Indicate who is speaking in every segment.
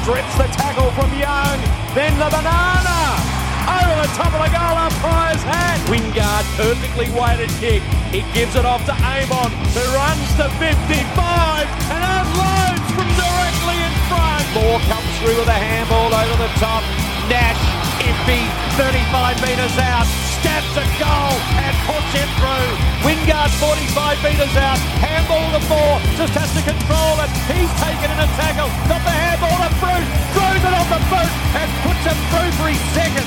Speaker 1: strips the tackle from Young. Then the banana over the top of the goal umpire's hat. Wingard perfectly weighted kick. He gives it off to Amon, who runs to 55 and unloads from directly in front. Moore comes through with a handball over the top. Nash, iffy, 35 metres out, stabs a goal and puts it through. Wingard 45 metres out, handball to Moore, just has to control it. He's taken in a tackle, got the handball to Bruce, throws it off the boot and puts it through for his second.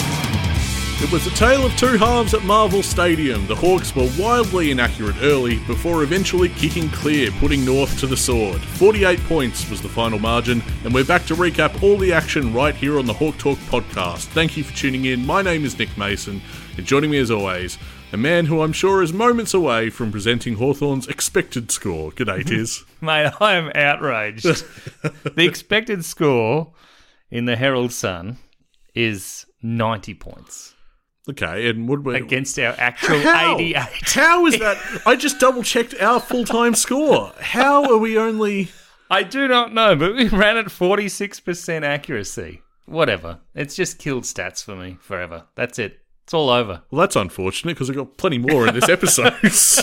Speaker 2: It was a tale of two halves at Marvel Stadium. The Hawks were wildly inaccurate early before eventually kicking clear, putting North to the sword. 48 points was the final margin, and we're back to recap all the action right here on the Hawk Talk podcast. Thank you for tuning in. My name is Nick Mason, and joining me as always, a man who I'm sure is moments away from presenting Hawthorn's expected score. G'day, Tiz.
Speaker 3: Mate, I am outraged. the expected score in the Herald Sun is 90 points
Speaker 2: okay, and would we.
Speaker 3: against our actual 88.
Speaker 2: How is that? I just double checked our full time score. How are we only.
Speaker 3: I do not know, but we ran at 46% accuracy. Whatever. It's just killed stats for me forever. That's it. It's all over.
Speaker 2: Well, that's unfortunate because I've got plenty more in this episode. So,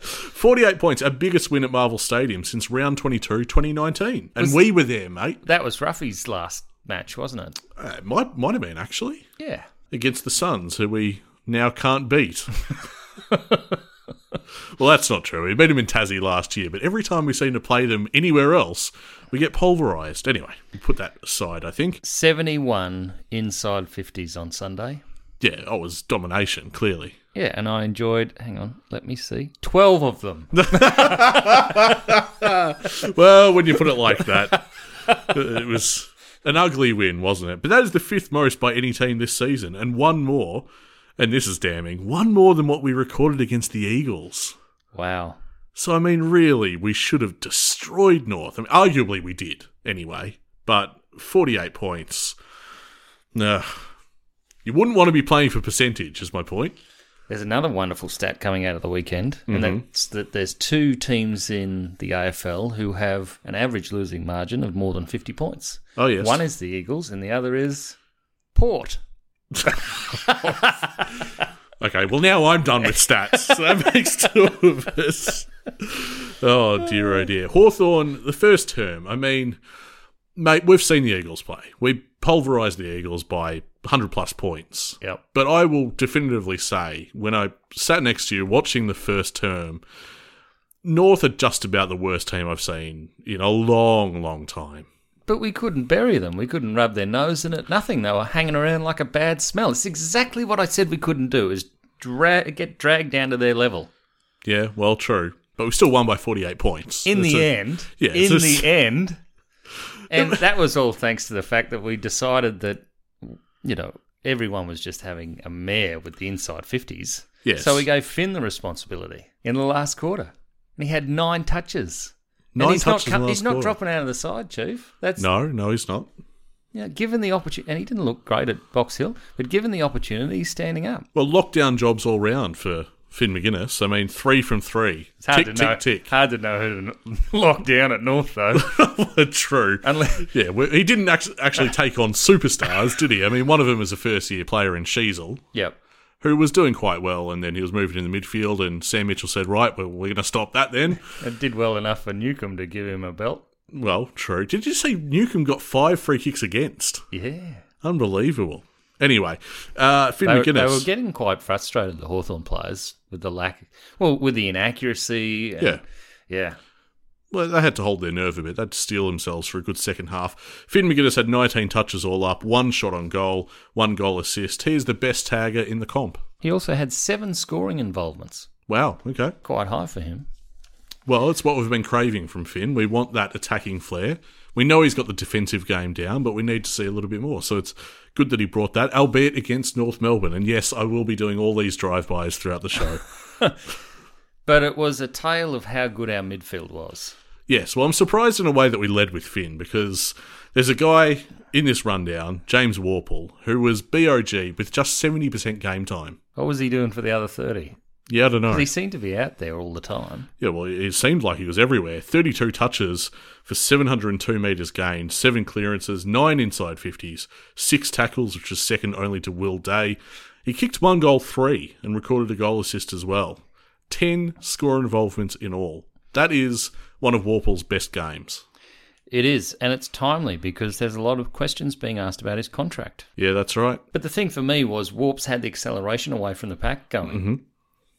Speaker 2: 48 points, our biggest win at Marvel Stadium since round 22, 2019. And we were there, mate.
Speaker 3: That was Ruffy's last match, wasn't it?
Speaker 2: Uh, it might, might have been, actually,
Speaker 3: Yeah.
Speaker 2: against the Suns, who we now can't beat. well, that's not true. We beat them in Tassie last year, but every time we seem to play them anywhere else, we get pulverised. Anyway, we put that aside, I think.
Speaker 3: 71 inside 50s on Sunday.
Speaker 2: Yeah, oh, it was domination, clearly.
Speaker 3: Yeah, and I enjoyed, hang on, let me see, 12 of them.
Speaker 2: Well, when you put it like that, it was an ugly win, wasn't it? But that is the fifth most by any team this season, and one more, and this is damning, one more than what we recorded against the Eagles.
Speaker 3: Wow.
Speaker 2: So, I mean, really, we should have destroyed North. I mean, arguably, we did anyway, but 48 points. Nah. You wouldn't want to be playing for percentage, is my point.
Speaker 3: There's another wonderful stat coming out of the weekend, and that's that there's two teams in the AFL who have an average losing margin of more than 50 points.
Speaker 2: Oh, yes.
Speaker 3: One is the Eagles, and the other is Port.
Speaker 2: Okay, well now I'm done with stats. So that makes two of us. Oh dear, oh dear. Hawthorn, the first term. I mean, mate, we've seen the Eagles play. We pulverised the Eagles by 100 plus points.
Speaker 3: Yep.
Speaker 2: But I will definitively say, when I sat next to you watching the first term, North are just about the worst team I've seen in a long, long time.
Speaker 3: But we couldn't bury them. We couldn't rub their nose in it. Nothing. They were hanging around like a bad smell. It's exactly what I said we couldn't do: is dra- get dragged down to their level.
Speaker 2: Yeah, well, true. But we still won by 48 points.
Speaker 3: In
Speaker 2: That's
Speaker 3: the
Speaker 2: a-
Speaker 3: end,
Speaker 2: yeah, it's
Speaker 3: in
Speaker 2: a-
Speaker 3: the end, and that was all thanks to the fact that we decided that you know everyone was just having a mare with the inside fifties.
Speaker 2: Yes.
Speaker 3: So we gave Finn the responsibility in the last quarter, and he had nine touches. And
Speaker 2: Nine
Speaker 3: he's
Speaker 2: touches in
Speaker 3: Not,
Speaker 2: the last
Speaker 3: he's not
Speaker 2: quarter.
Speaker 3: dropping out of the side, chief. That's
Speaker 2: No, no, he's not.
Speaker 3: you know, given the opportunity, and he didn't look great at Box Hill, but given the opportunity, he's standing up.
Speaker 2: Well, lockdown jobs all round for Finn McGuinness. I mean, three from three.
Speaker 3: It's hard
Speaker 2: tick,
Speaker 3: to
Speaker 2: tick,
Speaker 3: know.
Speaker 2: tick.
Speaker 3: Hard to know who to lock down at North though.
Speaker 2: True.
Speaker 3: Unless-
Speaker 2: yeah, well, he didn't act- actually take on superstars, did he? I mean, one of them was a first-year player in Sheasel,
Speaker 3: yep.
Speaker 2: who was doing quite well, and then he was moving in the midfield, and Sam Mitchell said, right, well, we're going to stop that then.
Speaker 3: It did well enough for Newcomb to give him a belt.
Speaker 2: Well, true. Did you see Newcomb got five free kicks against?
Speaker 3: Yeah.
Speaker 2: Unbelievable. Anyway, uh, Finn
Speaker 3: They were,
Speaker 2: McGuinness.
Speaker 3: they were getting quite frustrated, the Hawthorn players, with the lack, well, with the inaccuracy. and-
Speaker 2: Yeah.
Speaker 3: Yeah.
Speaker 2: Well, they had to hold their nerve a bit. They had to steel themselves for a good second half. Finn McGuinness had 19 touches all up, one shot on goal, one goal assist. He is the best tagger in the comp.
Speaker 3: He also had seven scoring involvements.
Speaker 2: Wow, okay.
Speaker 3: Quite high for him.
Speaker 2: Well, it's what we've been craving from Finn. We want that attacking flair. We know he's got the defensive game down, but we need to see a little bit more. So it's good that he brought that, albeit against North Melbourne. And yes, I will be doing all these drive-bys throughout the show.
Speaker 3: But it was a tale of how good our midfield was.
Speaker 2: Yes, well, I'm surprised in a way that we led with Finn because there's a guy in this rundown, James Warple, who was BOG with just 70% game time.
Speaker 3: What was he doing for the other 30?
Speaker 2: Yeah, I don't know.
Speaker 3: He seemed to be out there all the time.
Speaker 2: Yeah, well, it seemed like he was everywhere. 32 touches for 702 metres gained, 7 clearances, 9 inside 50s, 6 tackles, which is second only to Will Day. He kicked one goal, 3, and recorded a goal assist as well. 10 score involvements in all. That is one of Warple's best games.
Speaker 3: It is, and it's timely because there's a lot of questions being asked about his contract.
Speaker 2: Yeah, that's right.
Speaker 3: But the thing for me was Warps had the acceleration away from the pack going.
Speaker 2: Mm-hmm.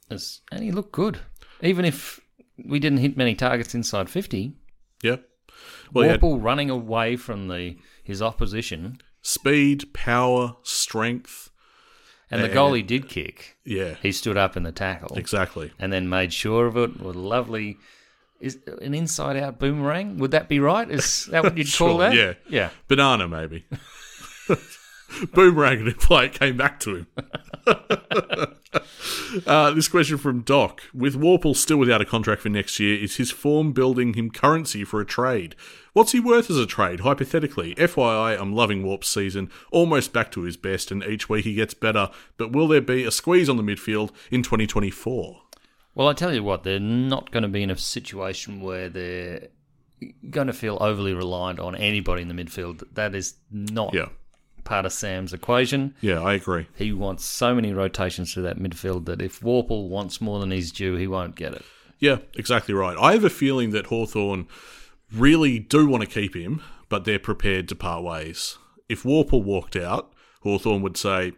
Speaker 3: As- And he looked good. Even if we didn't hit many targets inside 50,
Speaker 2: Yeah. Well, he had
Speaker 3: Warple running away from the his opposition,
Speaker 2: speed, power, strength.
Speaker 3: and the
Speaker 2: Yeah.
Speaker 3: goal he did kick,
Speaker 2: Yeah,
Speaker 3: he stood up in the tackle
Speaker 2: exactly.
Speaker 3: and then made sure of it with a lovely is an inside out boomerang. Would that be right? Is that what you'd
Speaker 2: Sure,
Speaker 3: call that?
Speaker 2: yeah.
Speaker 3: Yeah.
Speaker 2: Banana, maybe. Boomerang and it like came back to him. uh, this question from Doc. With Warple still without a contract for next year, is his form building him currency for a trade? What's he worth as a trade, hypothetically? FYI, I'm loving Warp's season, almost back to his best, and each week he gets better. But will there be a squeeze on the midfield in 2024?
Speaker 3: Well, I tell you what, they're not going to be in a situation where they're going to feel overly reliant on anybody in the midfield. That is not
Speaker 2: Yeah,
Speaker 3: part of Sam's equation.
Speaker 2: yeah, I agree.
Speaker 3: He wants so many rotations to that midfield that if Warple wants more than he's due, he won't get it.
Speaker 2: Yeah, exactly right. I have a feeling that Hawthorn really do want to keep him, but they're prepared to part ways. If Warple walked out, Hawthorn would say,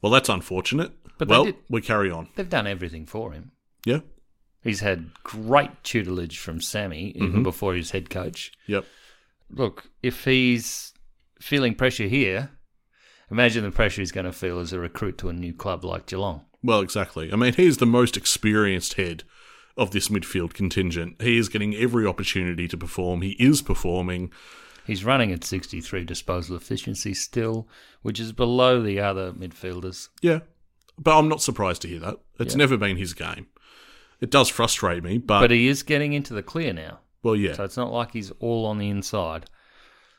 Speaker 2: Well, that's unfortunate.
Speaker 3: But they
Speaker 2: well,
Speaker 3: did-
Speaker 2: we carry on.
Speaker 3: They've done everything for him.
Speaker 2: Yeah.
Speaker 3: He's had great tutelage from Sammy even before he's head coach.
Speaker 2: Yep.
Speaker 3: Look, if he's feeling pressure here, imagine the pressure he's going to feel as a recruit to a new club like Geelong.
Speaker 2: Well, exactly. I mean, he's the most experienced head of this midfield contingent. He is getting every opportunity to perform. He is performing.
Speaker 3: He's running at 63 disposal efficiency still, which is below the other midfielders.
Speaker 2: Yeah. But I'm not surprised to hear that. It's never been his game. It does frustrate me, but,
Speaker 3: But he is getting into the clear now.
Speaker 2: well, yeah.
Speaker 3: So it's not like he's all on the inside.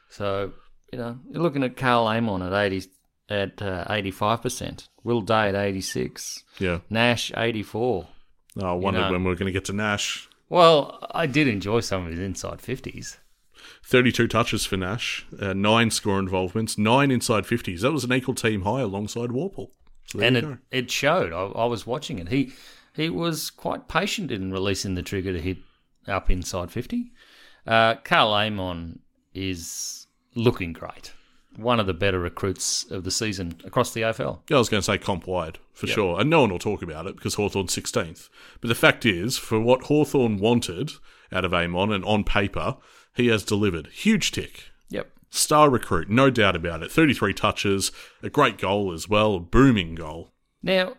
Speaker 3: So, you know, you're looking at Carl Amon at 80 at uh, 85%, Will Day at 86,
Speaker 2: yeah.
Speaker 3: Nash 84.
Speaker 2: Oh, I wondered
Speaker 3: know.
Speaker 2: when we were going to get to Nash.
Speaker 3: Well, I did enjoy some of his inside 50s.
Speaker 2: 32 touches for Nash, uh, nine score involvements, nine inside 50s. That was an equal team high alongside Warple. So there
Speaker 3: and
Speaker 2: you
Speaker 3: it,
Speaker 2: go.
Speaker 3: it showed. I, I was watching it. He he was quite patient in releasing the trigger to hit up inside fifty. Uh, Carl Amon is looking great. One of the better recruits of the season across the AFL.
Speaker 2: Yeah, I was going to say comp wide for sure. And no one will talk about it because Hawthorn's 16th. But the fact is, for what Hawthorn wanted out of Amon and on paper, he has delivered. Huge tick.
Speaker 3: Yep.
Speaker 2: Star recruit, no doubt about it. 33 touches, a great goal as well, a booming goal.
Speaker 3: Now,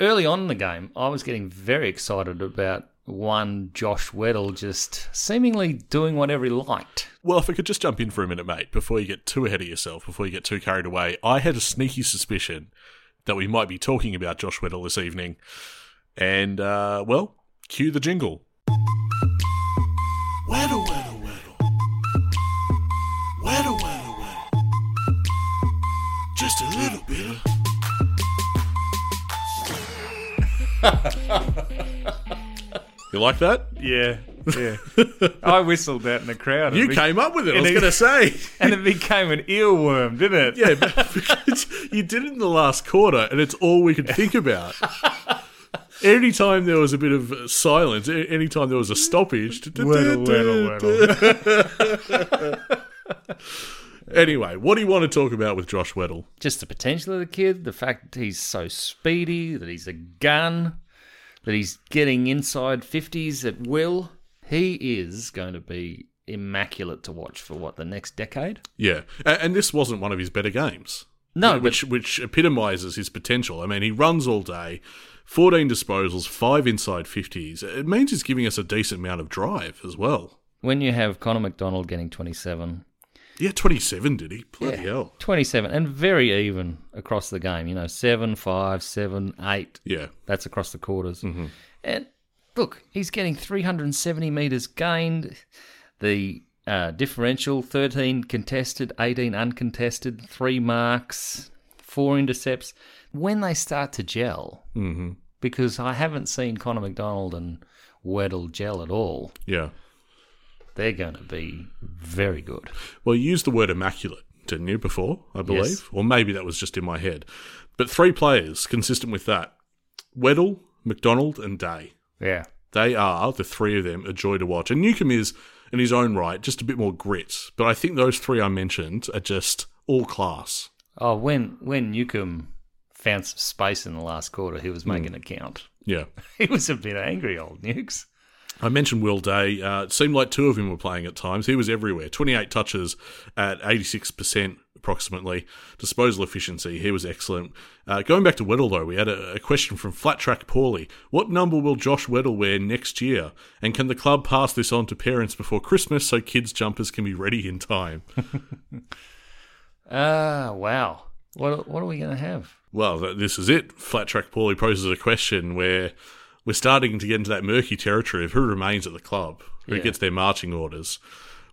Speaker 3: early on in the game, I was getting very excited about one Josh Weddle just seemingly doing whatever he liked.
Speaker 2: Well, if I could just jump in for a minute, mate, before you get too ahead of yourself, before you get too carried away, I had a sneaky suspicion that we might be talking about Josh Weddle this evening. And, uh, well, cue the jingle. Weddle, Weddle, Weddle. Weddle, Weddle, Weddle. Just a little bit of. you like that?
Speaker 4: Yeah, yeah. I whistled that in the crowd.
Speaker 2: You
Speaker 4: and it
Speaker 2: came up with it, I was
Speaker 4: it-
Speaker 2: going to say.
Speaker 4: and it became an earworm, didn't it?
Speaker 2: Yeah, but because you did it in the last quarter, and it's all we could think about. Anytime there was a bit of uh, silence, a- anytime there was a stoppage.
Speaker 4: Weddle, weddle, weddle.
Speaker 2: Anyway, what do you want to talk about with Josh Weddle?
Speaker 3: just the potential of the kid, the fact that he's so speedy, that he's a gun, that he's getting inside 50s at will. He is going to be immaculate to watch for what the next decade?
Speaker 2: Yeah, and, and this wasn't one of his better games,
Speaker 3: No, but
Speaker 2: which which epitomizes his potential. I mean, he runs all day, fourteen disposals, five inside fifties. It means he's giving us a decent amount of drive as well.
Speaker 3: when you have Connor McDonald getting 27,
Speaker 2: Yeah, twenty seven did he? Bloody hell!
Speaker 3: 27, and very even across the game, you know, 7, 5, 7, 8,
Speaker 2: Yeah,
Speaker 3: that's across the quarters. And look, he's getting 370 metres gained. The uh, differential 13 contested, 18 uncontested, three marks, four intercepts. When they start to gel, because I haven't seen Connor McDonald and Weddle gel at all.
Speaker 2: Yeah.
Speaker 3: They're going to be very good.
Speaker 2: Well, you used the word immaculate, didn't you, before, I believe? Or maybe that was just in my head. But three players consistent with that Weddle, McDonald, and Day.
Speaker 3: Yeah.
Speaker 2: They are, the three of them, a joy to watch. And Newcomb is, in his own right, just a bit more grit. But I think those three I mentioned are just all class.
Speaker 3: Oh, when when Newcomb found some space in the last quarter, he was making it count.
Speaker 2: Yeah.
Speaker 3: He was a bit angry, old Nukes.
Speaker 2: I mentioned Will Day. Uh, it seemed like two of him were playing at times. He was everywhere. 28 touches at 86% approximately. Disposal efficiency, he was excellent. Uh, going back to Weddle, though, we had a, a question from Flat Track Paulie. What number will Josh Weddle wear next year? And can the club pass this on to parents before Christmas so kids' jumpers can be ready in time?
Speaker 3: Ah, wow. What what are we going to have?
Speaker 2: Well, th- this is it. Flat Track Paulie poses a question where we're starting to get into that murky territory of who remains at the club, who
Speaker 3: Yeah.
Speaker 2: gets their marching orders,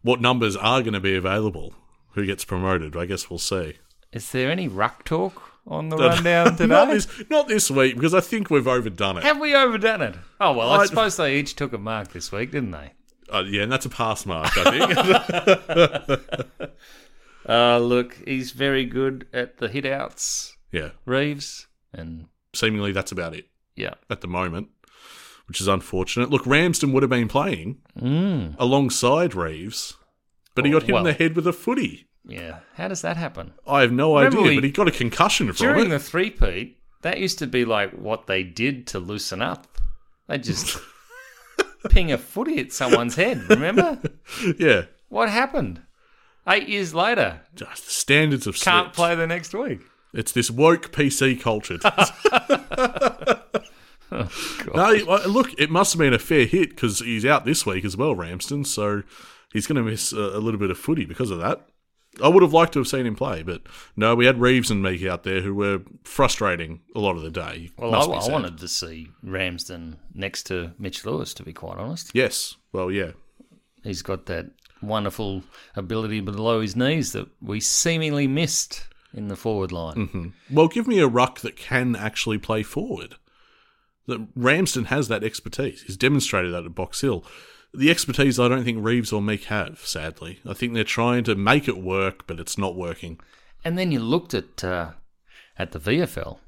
Speaker 2: what numbers are going to be available, who gets promoted. I guess we'll see.
Speaker 3: Is there any ruck talk on the rundown today?
Speaker 2: Not this, not this week because I think we've overdone it.
Speaker 3: Have we overdone it? Oh well, I,
Speaker 2: I-
Speaker 3: suppose they each took a mark this week, didn't they?
Speaker 2: Uh, yeah, and that's a pass mark. I think.
Speaker 3: Uh, look, he's very good at the hit outs,
Speaker 2: yeah,
Speaker 3: Reeves, and
Speaker 2: seemingly that's about it
Speaker 3: yeah,
Speaker 2: at the moment, which is unfortunate. Look, Ramsden would have been playing alongside Reeves, but he
Speaker 3: Oh,
Speaker 2: got hit in
Speaker 3: Mm. well.
Speaker 2: the head with a footy.
Speaker 3: yeah. How does that happen?
Speaker 2: I have no
Speaker 3: Remember
Speaker 2: idea,
Speaker 3: we-
Speaker 2: but he got a concussion from it.
Speaker 3: During the three-peat, that used to be like what they did to loosen up. They just ping a footy at someone's head. Remember
Speaker 2: yeah,
Speaker 3: what happened? Eight years later,
Speaker 2: just the standards have
Speaker 3: can't
Speaker 2: slipped.
Speaker 3: play the next week.
Speaker 2: It's this woke PC culture.
Speaker 3: Oh,
Speaker 2: no, he- well, look, it must have been a fair hit because he's out this week as well, Ramsden. So he's going to miss a, a little bit of footy because of that. I would have liked to have seen him play, but no, we had Reeves and Meek out there who were frustrating a lot of the day.
Speaker 3: Well,
Speaker 2: Must
Speaker 3: I,
Speaker 2: be
Speaker 3: I
Speaker 2: said.
Speaker 3: wanted to see Ramsden next to Mitch Lewis, to be quite honest.
Speaker 2: Yes. Well, yeah.
Speaker 3: He's got that wonderful ability below his knees that we seemingly missed in the forward line.
Speaker 2: Well, give me a ruck that can actually play forward. That Ramsden has that expertise. He's demonstrated that at Box Hill. The expertise I don't think Reeves or Meek have, sadly. I think they're trying to make it work, but it's not working.
Speaker 3: And then you looked at uh, at the VFL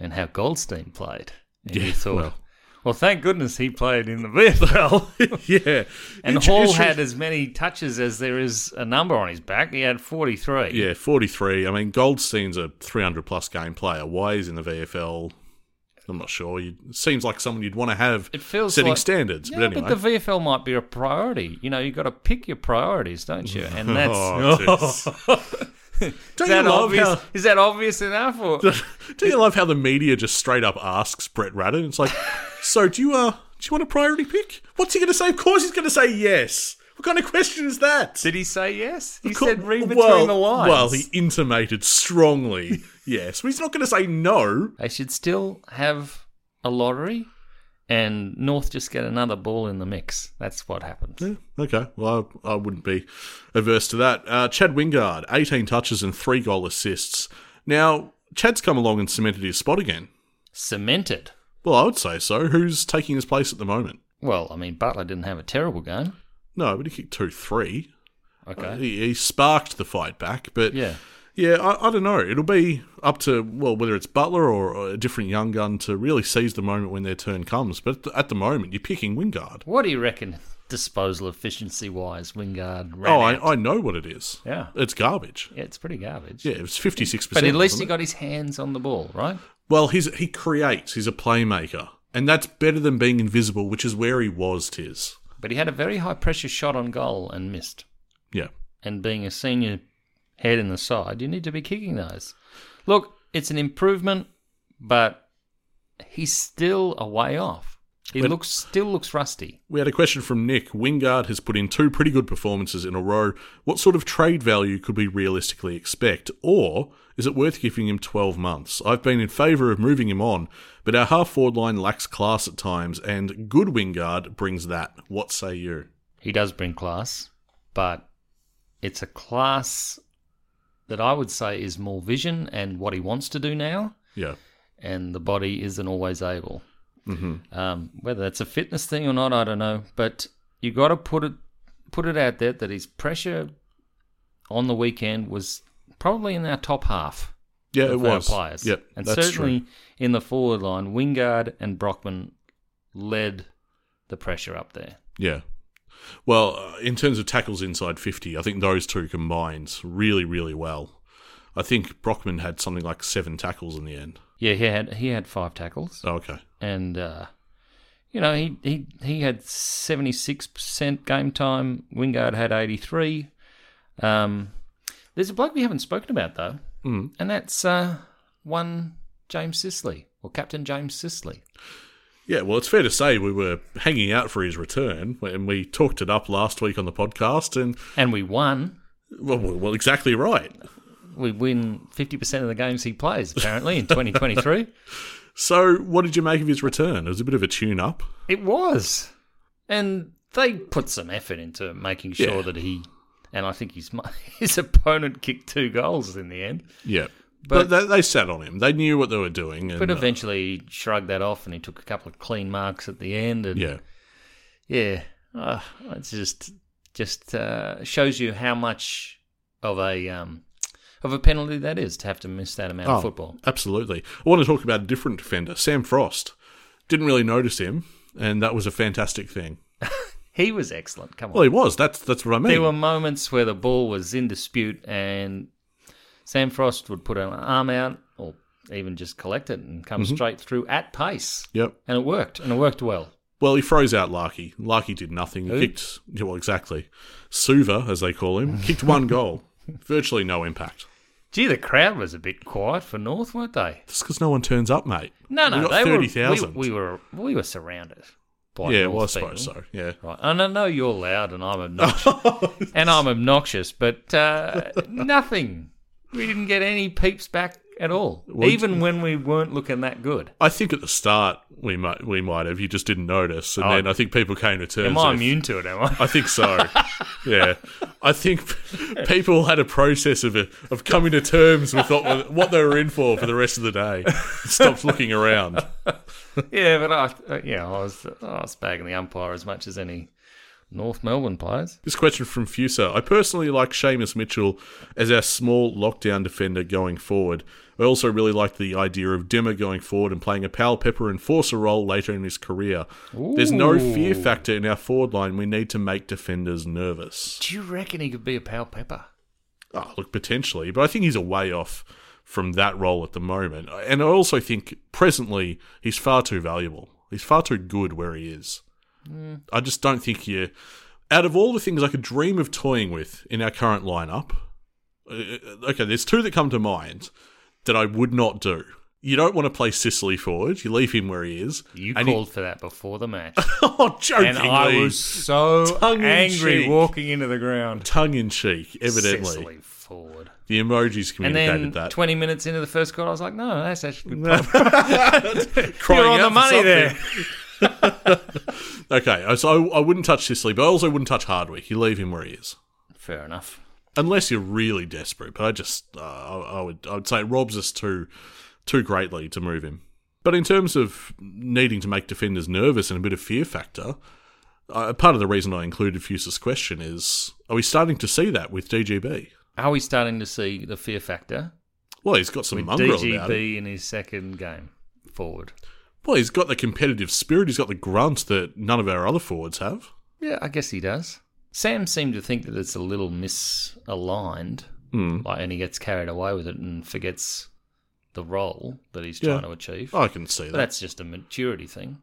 Speaker 3: and how Goldstein played. And you
Speaker 2: Yeah,
Speaker 3: thought, well,
Speaker 2: well.
Speaker 3: thank goodness he played in the VFL.
Speaker 2: yeah.
Speaker 3: and
Speaker 2: It's-
Speaker 3: Hall
Speaker 2: it's-
Speaker 3: had as many touches as there is a number on his back. He had 43.
Speaker 2: Yeah, 43. I mean, Goldstein's a 300 plus game player. Why he's in the VFL? I'm not sure. You, seems like someone you'd want to have
Speaker 3: It feels
Speaker 2: setting
Speaker 3: like-
Speaker 2: standards.
Speaker 3: Yeah,
Speaker 2: but anyway.
Speaker 3: the VFL might be a priority. You know, you've got to pick your priorities, don't you? And that's
Speaker 2: Oh, geez. Don't
Speaker 3: is that
Speaker 2: you love
Speaker 3: obvious?
Speaker 2: how-
Speaker 3: Is that obvious enough? Or
Speaker 2: Do you love how the media just straight up asks Brett Radden? It's like, so do you uh do you want a priority pick? What's he going to say? Of course he's going to say yes. What kind of question is that?
Speaker 3: did he say yes? He
Speaker 2: Of cour-
Speaker 3: said read between
Speaker 2: well,
Speaker 3: the lines.
Speaker 2: Well, he intimated strongly yes. But he's not going to say no.
Speaker 3: They should still have a lottery, and North just get another ball in the mix. That's what happens.
Speaker 2: Okay, well, I, I wouldn't be averse to that. Uh, Chad Wingard, 18 touches and three goal assists. Now, Chad's come along and cemented his spot again.
Speaker 3: Cemented.
Speaker 2: Well, I would say so. Who's taking his place at the moment?
Speaker 3: Well, I mean Butler didn't have a terrible game.
Speaker 2: No, but he kicked 2 3.
Speaker 3: Okay.
Speaker 2: Uh, He, he sparked the fight back, but
Speaker 3: Yeah.
Speaker 2: yeah, I, I don't know. It'll be up to well whether it's Butler or, or a different young gun to really seize the moment when their turn comes. But at the, at the moment, you're picking Wingard.
Speaker 3: What do you reckon? Disposal efficiency wise, Wingard. Ran
Speaker 2: Oh,
Speaker 3: out?
Speaker 2: I, I know what it is.
Speaker 3: Yeah.
Speaker 2: it's garbage.
Speaker 3: yeah, it's pretty garbage.
Speaker 2: Yeah, it was fifty six
Speaker 3: But
Speaker 2: percent.
Speaker 3: at least he got his hands on the ball, right?
Speaker 2: Well, he's he creates. He's a playmaker, and that's better than being invisible, which is where he was. Tis
Speaker 3: But he had a very high pressure shot on goal and missed.
Speaker 2: yeah.
Speaker 3: and being a senior head in the side, you need to be kicking those. Look, it's an improvement, but he's still a way off. He
Speaker 2: But-
Speaker 3: looks still looks rusty.
Speaker 2: We had a question from Nick. Wingard has put in two pretty good performances in a row. What sort of trade value could we realistically expect? Or is it worth giving him 12 months? I've been in favour of moving him on, but our half forward line lacks class at times, and good Wingard brings that. What say you?
Speaker 3: He does bring class, but it's a class that I would say is more vision and what he wants to do now,
Speaker 2: Yeah.
Speaker 3: and the body isn't always able.
Speaker 2: Mm-hmm.
Speaker 3: Um, whether that's a fitness thing or not, I don't know. But you got to put it put it out there that his pressure on the weekend was probably in our top half
Speaker 2: Yeah,
Speaker 3: of
Speaker 2: it
Speaker 3: our
Speaker 2: was.
Speaker 3: players.
Speaker 2: Yep,
Speaker 3: and
Speaker 2: that's
Speaker 3: certainly
Speaker 2: true.
Speaker 3: in the forward line, Wingard and Brockman led the pressure up there.
Speaker 2: Yeah. Well, uh, in terms of tackles inside 50, I think those two combined really, really well. I think Brockman had something like seven tackles in the end.
Speaker 3: Yeah, he had he had five tackles.
Speaker 2: Oh, okay.
Speaker 3: and uh, you know he he he had seventy six percent game time. Wingard had eighty three. Um, there's a bloke we haven't spoken about though, mm. and that's uh, one James Sisley or Captain James Sisley.
Speaker 2: Yeah, well, it's fair to say we were hanging out for his return, and we talked it up last week on the podcast, and
Speaker 3: And we won.
Speaker 2: well, well, well, exactly right.
Speaker 3: We win fifty percent of the games he plays apparently in twenty twenty three.
Speaker 2: So, what did you make of his return? It was a bit of a tune-up.
Speaker 3: It was, and they put some effort into making sure
Speaker 2: Yeah.
Speaker 3: that he. And I think his his opponent kicked two goals in the end.
Speaker 2: Yeah, but,
Speaker 3: But-
Speaker 2: they, they sat on him. They knew what they were doing, and
Speaker 3: But
Speaker 2: uh,
Speaker 3: eventually he shrugged that off and he took a couple of clean marks at the end. And
Speaker 2: yeah,
Speaker 3: yeah. Ah, it's just just uh, shows you how much of a um, of a penalty that is to have to miss that amount
Speaker 2: Oh,
Speaker 3: of football.
Speaker 2: absolutely. I want to talk about a different defender, Sam Frost. Didn't really notice him, and that was a fantastic thing.
Speaker 3: He was excellent. Come on.
Speaker 2: Well, he was. That's that's what I mean.
Speaker 3: there were moments where the ball was in dispute and Sam Frost would put an arm out or even just collect it and
Speaker 2: Mm-hmm.
Speaker 3: come straight through at pace.
Speaker 2: Yep.
Speaker 3: And it worked. And it worked well.
Speaker 2: Well, he froze out Larky. Larky did nothing. He kicked. yeah, Well, exactly. Suva, as they call him, kicked one goal. Virtually no impact.
Speaker 3: Gee, the crowd was a bit quiet for North, weren't they?
Speaker 2: That's because no one turns up, mate.
Speaker 3: No, no,
Speaker 2: we got
Speaker 3: they
Speaker 2: thirty
Speaker 3: were.
Speaker 2: thousand.
Speaker 3: We, we were we were surrounded. By
Speaker 2: yeah,
Speaker 3: North
Speaker 2: well, I
Speaker 3: people.
Speaker 2: suppose so. Yeah.
Speaker 3: Right, and I know you're loud, and I'm obnoxious, and I'm obnoxious, but uh, nothing. We didn't get any peeps back at all, even when we weren't looking that good.
Speaker 2: I think at the start we might we might have. You just didn't notice, and then I think people came to terms.
Speaker 3: Oh. Am I
Speaker 2: with-
Speaker 3: immune to it? Am I?
Speaker 2: I think so. yeah, I think people had a process of of coming to terms with what, what they were in for for the rest of the day. Stopped looking around.
Speaker 3: yeah, but I, uh, yeah, I was, I was bagging the umpire as much as any North Melbourne players.
Speaker 2: This question from Fusa. I personally like Seamus Mitchell as our small lockdown defender going forward. I also really like the idea of Dimmer going forward and playing a Pal Pepper enforcer role later in his career. There's no fear factor in our forward line. We need to make defenders nervous.
Speaker 3: Do you reckon he could be a pal pepper?
Speaker 2: Oh, look, potentially, but I think he's a way off from that role at the moment. And I also think presently he's far too valuable. He's far too good where he is.
Speaker 4: Mm.
Speaker 2: I just don't think you. Out of all the things I could dream of toying with in our current lineup, uh, okay, there's two that come to mind that I would not do. You don't want to play Sicily forward. You leave him where he is.
Speaker 3: You
Speaker 2: and he-
Speaker 3: called for that before the match,
Speaker 2: oh, jokingly,
Speaker 4: And I was so
Speaker 2: Tongue in
Speaker 4: angry
Speaker 2: cheek.
Speaker 4: walking into the ground.
Speaker 2: tongue in cheek. Evidently,
Speaker 3: Sicily forward.
Speaker 2: the emojis
Speaker 3: And
Speaker 2: communicated
Speaker 3: then
Speaker 2: that.
Speaker 3: 20 minutes into the first quarter, I was like, no, that's actually good.
Speaker 2: Crying
Speaker 4: You're on the
Speaker 2: out for
Speaker 4: money
Speaker 2: something.
Speaker 4: there.
Speaker 2: Okay, so I, I wouldn't touch Sicily, but I also wouldn't touch Hardwick. You leave him where he is,
Speaker 3: Fair enough.
Speaker 2: unless you're really desperate. But I just, uh, I, I would, I would say it robs us too, too greatly to move him. But in terms of needing to make defenders nervous and a bit of fear factor, uh, part of the reason I included Fuse's question is: Are we starting to see that with DGB?
Speaker 3: Are we starting to see the fear factor?
Speaker 2: Well, he's got some mongrel about it.
Speaker 3: DGB in his second game forward.
Speaker 2: Well, he's got the competitive spirit. He's got the grunt that none of our other forwards have.
Speaker 3: Yeah, I guess he does. Sam seemed to think that it's a little misaligned,
Speaker 2: Hmm.
Speaker 3: like, and he gets carried away with it and forgets the role that he's
Speaker 2: Yeah. Oh,
Speaker 3: trying to achieve.
Speaker 2: I can see
Speaker 3: But
Speaker 2: that.
Speaker 3: that's just a maturity thing.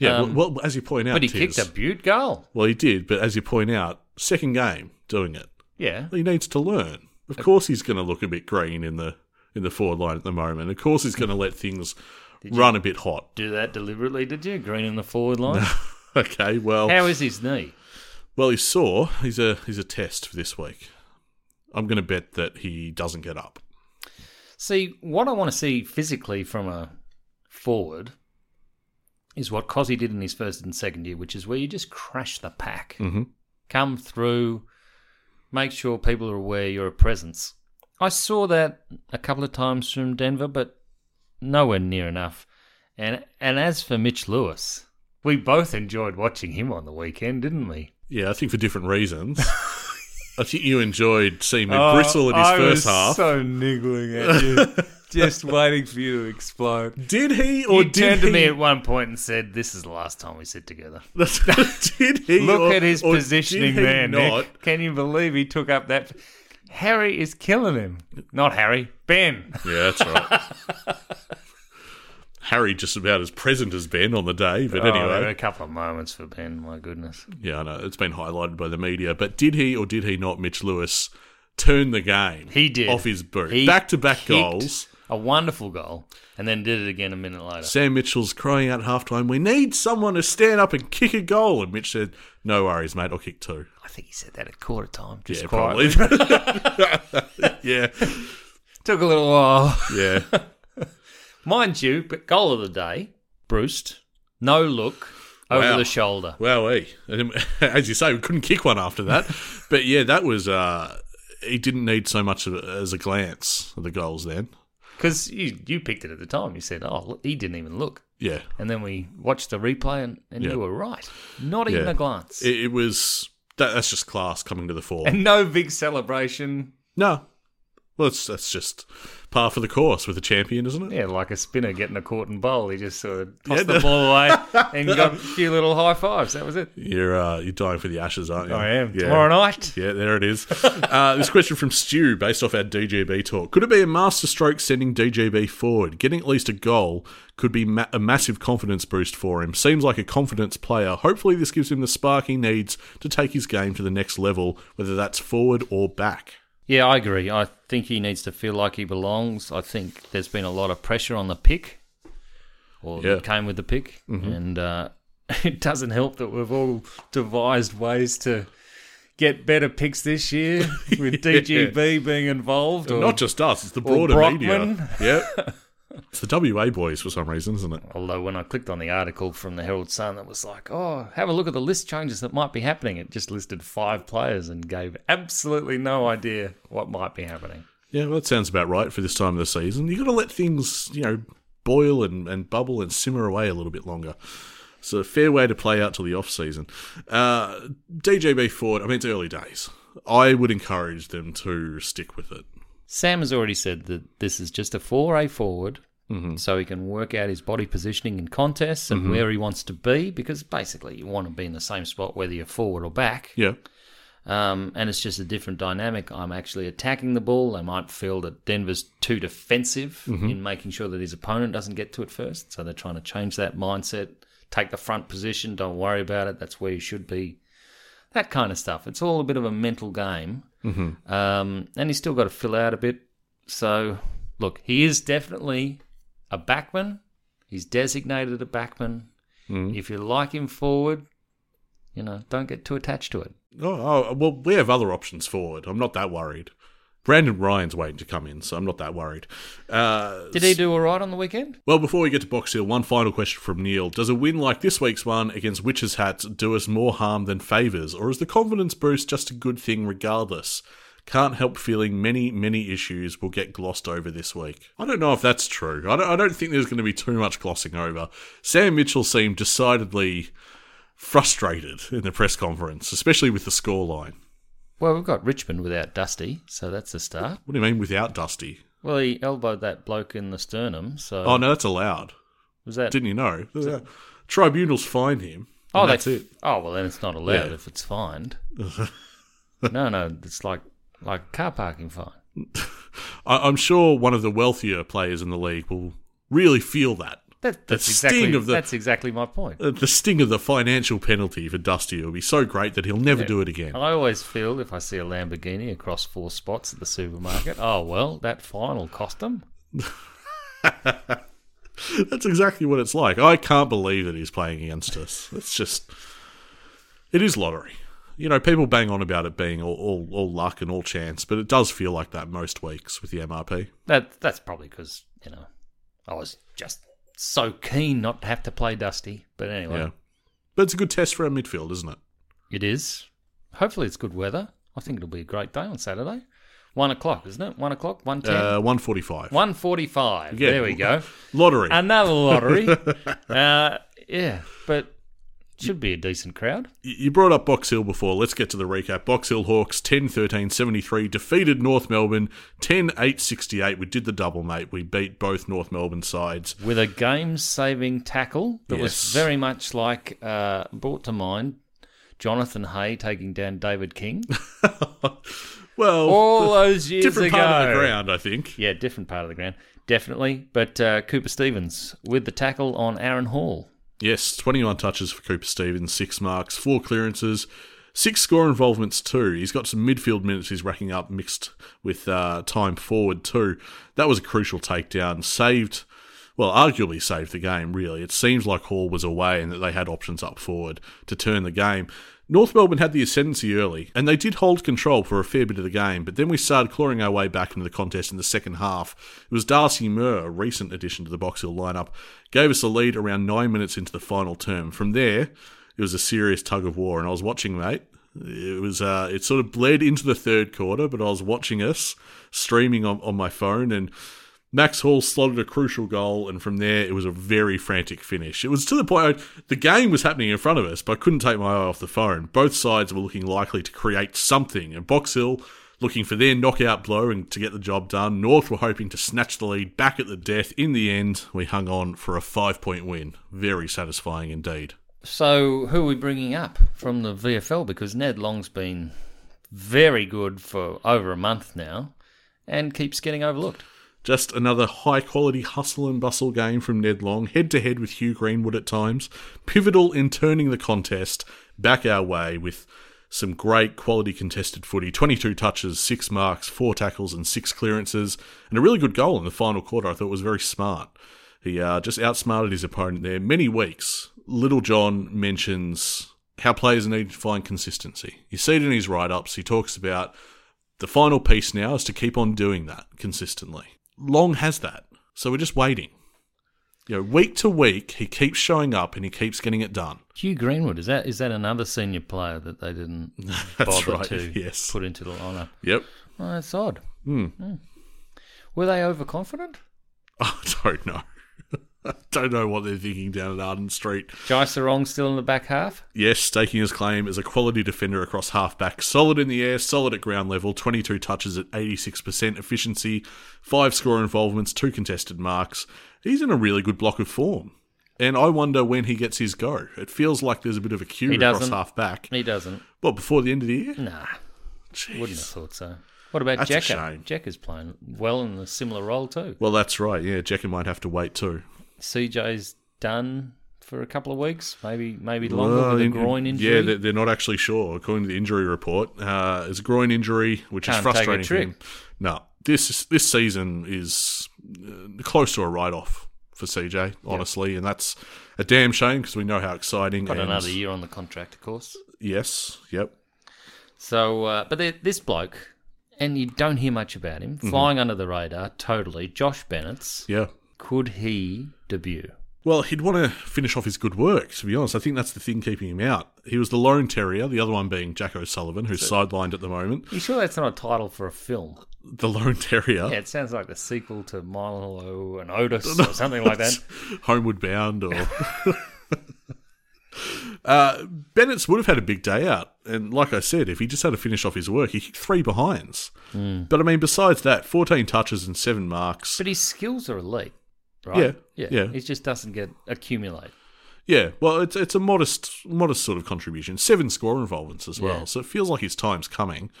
Speaker 2: Yeah.
Speaker 3: um,
Speaker 2: well, well, as you point out,
Speaker 3: But he
Speaker 2: Tiz-
Speaker 3: kicked a butte goal.
Speaker 2: Well, he did, but as you point out, second game doing it,
Speaker 3: Yeah.
Speaker 2: he needs to learn. Of course, he's going to look a bit green in the in the forward line at the moment. Of course, he's going to let things run a bit hot.
Speaker 3: Do that deliberately, did you? Green in the forward line.
Speaker 2: Okay, well,
Speaker 3: How is his knee?
Speaker 2: well, he saw he's a he's a test for this week. I'm going to bet that he doesn't get up.
Speaker 3: See, what I want to see physically from a forward is what Cosy did in his first and second year, which is where you just crash the pack,
Speaker 2: Mhm.
Speaker 3: come through, make sure people are aware you're a presence. I saw that a couple of times from Denver, but nowhere near enough. And and as for Mitch Lewis, we both enjoyed watching him on the weekend, didn't we?
Speaker 2: Yeah, I think for different reasons. I think you enjoyed seeing me bristle in his
Speaker 4: Oh, I
Speaker 2: first
Speaker 4: was
Speaker 2: half.
Speaker 4: So niggling at you, just waiting for you to explode.
Speaker 2: did he or
Speaker 3: you
Speaker 2: did
Speaker 3: turned
Speaker 2: he?
Speaker 3: to me at one point and said, "This is the last time we sit together."
Speaker 2: did he?
Speaker 4: Look
Speaker 2: or-
Speaker 4: at his
Speaker 2: or did
Speaker 4: positioning
Speaker 2: he
Speaker 4: there,
Speaker 2: Not.
Speaker 4: Nick. Can you believe he took up that? Harry is killing him. Not Harry, Ben.
Speaker 2: Yeah, that's right. Harry just about as present as Ben on the day, but
Speaker 3: Oh, there were
Speaker 2: anyway.
Speaker 3: a couple of moments for Ben. My goodness.
Speaker 2: Yeah, I know it's been highlighted by the media. But did he or did he not, Mitch Lewis, turn the game?
Speaker 3: He did
Speaker 2: off his boot,
Speaker 3: He
Speaker 2: back to back
Speaker 3: kicked
Speaker 2: goals.
Speaker 3: A wonderful goal, and then did it again a minute later.
Speaker 2: Sam Mitchell's crying out at halftime, "We need someone to stand up and kick a goal." And Mitch said, "No worries, mate. I'll kick two.
Speaker 3: I think he said that at quarter time. Just
Speaker 2: Yeah,
Speaker 3: quietly.
Speaker 2: probably. yeah,
Speaker 3: Took a little while.
Speaker 2: yeah.
Speaker 3: Mind you, but goal of the day, Bruce. No look over
Speaker 2: Wow.
Speaker 3: the shoulder.
Speaker 2: Wowee. And, As you say, we couldn't kick one after that. but yeah, that was. Uh, he didn't need so much of a, as a glance at the goals then.
Speaker 3: Because you, you picked it at the time. You said, oh, look, he didn't even look.
Speaker 2: Yeah.
Speaker 3: And then we watched the replay and, and
Speaker 2: Yeah.
Speaker 3: you were right. Not even
Speaker 2: Yeah.
Speaker 3: a glance.
Speaker 2: It, it was. That, that's just class coming to the fore.
Speaker 4: And no big celebration.
Speaker 2: no. Well, it's, that's just par for the course with a champion, isn't it?
Speaker 3: yeah, like a spinner getting a caught and bowl. He just sort of
Speaker 2: Yeah,
Speaker 3: tossed
Speaker 2: no.
Speaker 3: the ball away and got a few little high fives. That was it.
Speaker 2: You're uh, you're dying for the ashes, aren't you?
Speaker 4: I am.
Speaker 2: Yeah.
Speaker 3: Tomorrow night.
Speaker 2: Yeah, there it is. Uh, this question from Stu, based off our DGB talk. Could it be a masterstroke sending DGB forward? Getting at least a goal could be ma- a massive confidence boost for him. Seems like a confidence player. Hopefully, this gives him the spark he needs to take his game to the next level, whether that's forward or back.
Speaker 3: Yeah, I agree. I think he needs to feel like he belongs. I think there's been a lot of pressure on the pick, or
Speaker 2: Yeah.
Speaker 3: that came with the pick, and uh, it doesn't help that we've all devised ways to
Speaker 4: Get better picks this year with DGB being involved. Or
Speaker 2: Not just us; it's the broader media.
Speaker 4: Brockman.
Speaker 2: Yep. It's the WA boys for some reason, isn't it?
Speaker 3: Although when I clicked on the article from the Herald Sun, it was like, oh, have a look at the list changes that might be happening. It just listed five players and gave absolutely no idea what might be happening.
Speaker 2: Yeah, well, that sounds about right for this time of the season. you got to let things, you know, boil and, and bubble and simmer away a little bit longer. So, fair way to play out till the off season. Uh, DJB Ford, I mean, it's early days. I would encourage them to stick with it.
Speaker 3: Sam has already said that this is just a foray forward, so he can work out his body positioning in contests and where he wants to be, because basically you want to be in the same spot whether you're forward or back.
Speaker 2: Yeah.
Speaker 3: um, and it's just a different dynamic. I'm actually attacking the ball. They might feel that Denver's too defensive in making sure that his opponent doesn't get to it first. So they're trying to change that mindset, take the front position, don't worry about it. That's where you should be. That kind of stuff. It's all a bit of a mental game. Mm-hmm. Um, and he's still got to fill out a bit. So, look, he is definitely a backman. He's designated a backman. If you like him forward, you know, don't get too attached to it.
Speaker 2: Oh, oh, well, we have other options forward. I'm not that worried. Brandon Ryan's waiting to come in, so I'm not that worried. Uh,
Speaker 3: Did he do all right on the weekend?
Speaker 2: Well, before we get to Box Hill, one final question from Neil. Does a win like this week's one against Witches Hats do us more harm than favours, or is the confidence boost just a good thing regardless? Can't help feeling many, many issues will get glossed over this week. I don't know if that's true. I don't, I don't think there's going to be too much glossing over. Sam Mitchell seemed decidedly frustrated in the press conference, especially with the scoreline.
Speaker 3: Well, we've got Richmond without Dusty, so that's a start.
Speaker 2: What do you mean without Dusty?
Speaker 3: Well, he elbowed that bloke in the sternum, so
Speaker 2: Oh, no, that's allowed.
Speaker 3: was that?
Speaker 2: Didn't you know? Tribunals fine him.
Speaker 3: oh,
Speaker 2: and that's
Speaker 3: they-
Speaker 2: it.
Speaker 3: Oh, well, then it's not allowed
Speaker 2: Yeah.
Speaker 3: if it's fined. no, no, it's like like a car parking fine.
Speaker 2: I, I'm sure one of the wealthier players in the league will really feel that.
Speaker 3: That, that's
Speaker 2: sting
Speaker 3: exactly
Speaker 2: of the-
Speaker 3: that's exactly my point.
Speaker 2: Uh, The sting of the financial penalty for Dusty will be so great that he'll never do it again.
Speaker 3: I always feel if I see a Lamborghini across four spots at the supermarket, oh well, that fine will cost them.
Speaker 2: That's exactly what it's like. I can't believe that he's playing against us. It's just, it is lottery. You know, people bang on about it being all, all, all luck and all chance, but it does feel like that most weeks with the MRP.
Speaker 3: That that's probably because you know I was just so keen not to have to play Dusty. But anyway,
Speaker 2: Yeah. But it's a good test for our midfield, isn't it?
Speaker 3: It is. Hopefully, it's good weather. I think it'll be a great day on Saturday. One o'clock, isn't it? One o'clock, one ten,
Speaker 2: Uh, 145.
Speaker 3: one forty-five.
Speaker 2: Yeah.
Speaker 3: There we go.
Speaker 2: Lottery.
Speaker 3: Another lottery. uh, yeah, but should be a decent crowd.
Speaker 2: You brought up Box Hill before. Let's get to the recap. Box Hill Hawks 10 13 73 defeated North Melbourne 10 8 68. We did the double, mate. We beat both North Melbourne sides.
Speaker 3: with a game-saving tackle that was
Speaker 2: Yes.
Speaker 3: very much like uh, brought to mind Jonathan Hay taking down David King
Speaker 2: Well,
Speaker 3: all those years
Speaker 2: different
Speaker 3: ago.
Speaker 2: part of the ground, I think.
Speaker 3: Yeah, different part of the ground, definitely. But uh, Cooper Stevens with the tackle on Aaron Hall.
Speaker 2: Yes, 21 touches for Cooper Stevens, six marks, four clearances, six score involvements, too. He's got some midfield minutes he's racking up mixed with uh, time forward, too. That was a crucial takedown. Saved, well, arguably saved the game, really. It seems like Hall was away and that they had options up forward to turn the game. North Melbourne had the ascendancy early, and they did hold control for a fair bit of the game, but then we started clawing our way back into the contest in the second half. It was Darcy Murr, a recent addition to the Box Hill lineup, gave us the lead around nine minutes into the final term. From there, it was a serious tug of war, and I was watching, mate. It was uh, it sort of bled into the third quarter, but I was watching us streaming on, on my phone and Max Hall slotted a crucial goal, and from there it was a very frantic finish. It was to the point the game was happening in front of us, but I couldn't take my eye off the phone. Both sides were looking likely to create something, and Box Hill looking for their knockout blow and to get the job done. North were hoping to snatch the lead back at the death. In the end, we hung on for a five point win. Very satisfying indeed.
Speaker 3: So who are we bringing up from the VFL? Because Ned Long's been very good for over a month now, and keeps getting overlooked.
Speaker 2: Just another high quality hustle and bustle game from Ned Long, head to head with Hugh Greenwood at times, pivotal in turning the contest back our way with some great quality contested footy 22 touches, 6 marks, 4 tackles, and 6 clearances, and a really good goal in the final quarter. I thought was very smart. He uh, just outsmarted his opponent there many weeks. Little John mentions how players need to find consistency. You see it in his write ups, he talks about the final piece now is to keep on doing that consistently. Long has that. So we're just waiting. You know, week to week, he keeps showing up and he keeps getting it done.
Speaker 3: Hugh Greenwood is that is that another senior player that they didn't
Speaker 2: That's
Speaker 3: bother
Speaker 2: right,
Speaker 3: to
Speaker 2: yes.
Speaker 3: put into the lineup?
Speaker 2: Yep.
Speaker 3: Oh, that's odd. Hmm. Were they overconfident?
Speaker 2: I don't know. I don't know what they're thinking down at Arden Street.
Speaker 3: Jai Sarong still in the back half.
Speaker 2: Yes, staking his claim as a quality defender across halfback. Solid in the air, solid at ground level, 22 touches at 86% efficiency, five score involvements, two contested marks. He's in a really good block of form. And I wonder when he gets his go. It feels like there's a bit of a queue
Speaker 3: He
Speaker 2: across
Speaker 3: doesn't.
Speaker 2: halfback.
Speaker 3: He doesn't.
Speaker 2: Well, before the end of the year?
Speaker 3: Nah,
Speaker 2: Jeez.
Speaker 3: wouldn't have thought so. What about
Speaker 2: That's a
Speaker 3: Jekka?
Speaker 2: shame.
Speaker 3: Jekka's playing well in a similar role too.
Speaker 2: Well, that's right. Yeah, Jekyll might have to wait too.
Speaker 3: CJ's done for a couple of weeks, maybe maybe longer with a
Speaker 2: in-
Speaker 3: groin
Speaker 2: Yeah,
Speaker 3: injury.
Speaker 2: they're, they're not actually sure according to the injury report. Uh, it's a groin injury, which is
Speaker 3: Can't take a
Speaker 2: frustrating. for
Speaker 3: trick.
Speaker 2: him. No, this this season is uh, close to a write off for CJ, honestly, and that's a damn shame because we know how exciting.
Speaker 3: Got
Speaker 2: and-
Speaker 3: another year on the contract, of course.
Speaker 2: Yes. Yep.
Speaker 3: So, uh, but there- this bloke, and you don't hear much about him, flying under the radar totally. Josh Bennett's.
Speaker 2: Mm-hmm. Yeah.
Speaker 3: Could he debut?
Speaker 2: Well, he'd want to finish off his good work, to be honest. I think that's the thing keeping him out. He was the lone terrier, the other one being Jack O'Sullivan, who's sidelined at the moment.
Speaker 3: You sure that's not a title for a film?
Speaker 2: The lone terrier.
Speaker 3: Yeah, it sounds like the sequel to Milo and Otis or something like that.
Speaker 2: Homeward Bound or. uh, Bennett's would have had a big day out. And like I said, if he just had to finish off his work, he kicked three behinds.
Speaker 3: Hmm.
Speaker 2: But I mean, besides that, 14 touches and seven marks.
Speaker 3: But his skills are elite, right?
Speaker 2: Yeah, yeah.
Speaker 3: He just doesn't get accumulate.
Speaker 2: Yeah, well, it's it's a modest modest sort of contribution. Seven score involvements as well.
Speaker 3: Yeah.
Speaker 2: So it feels like his time's coming.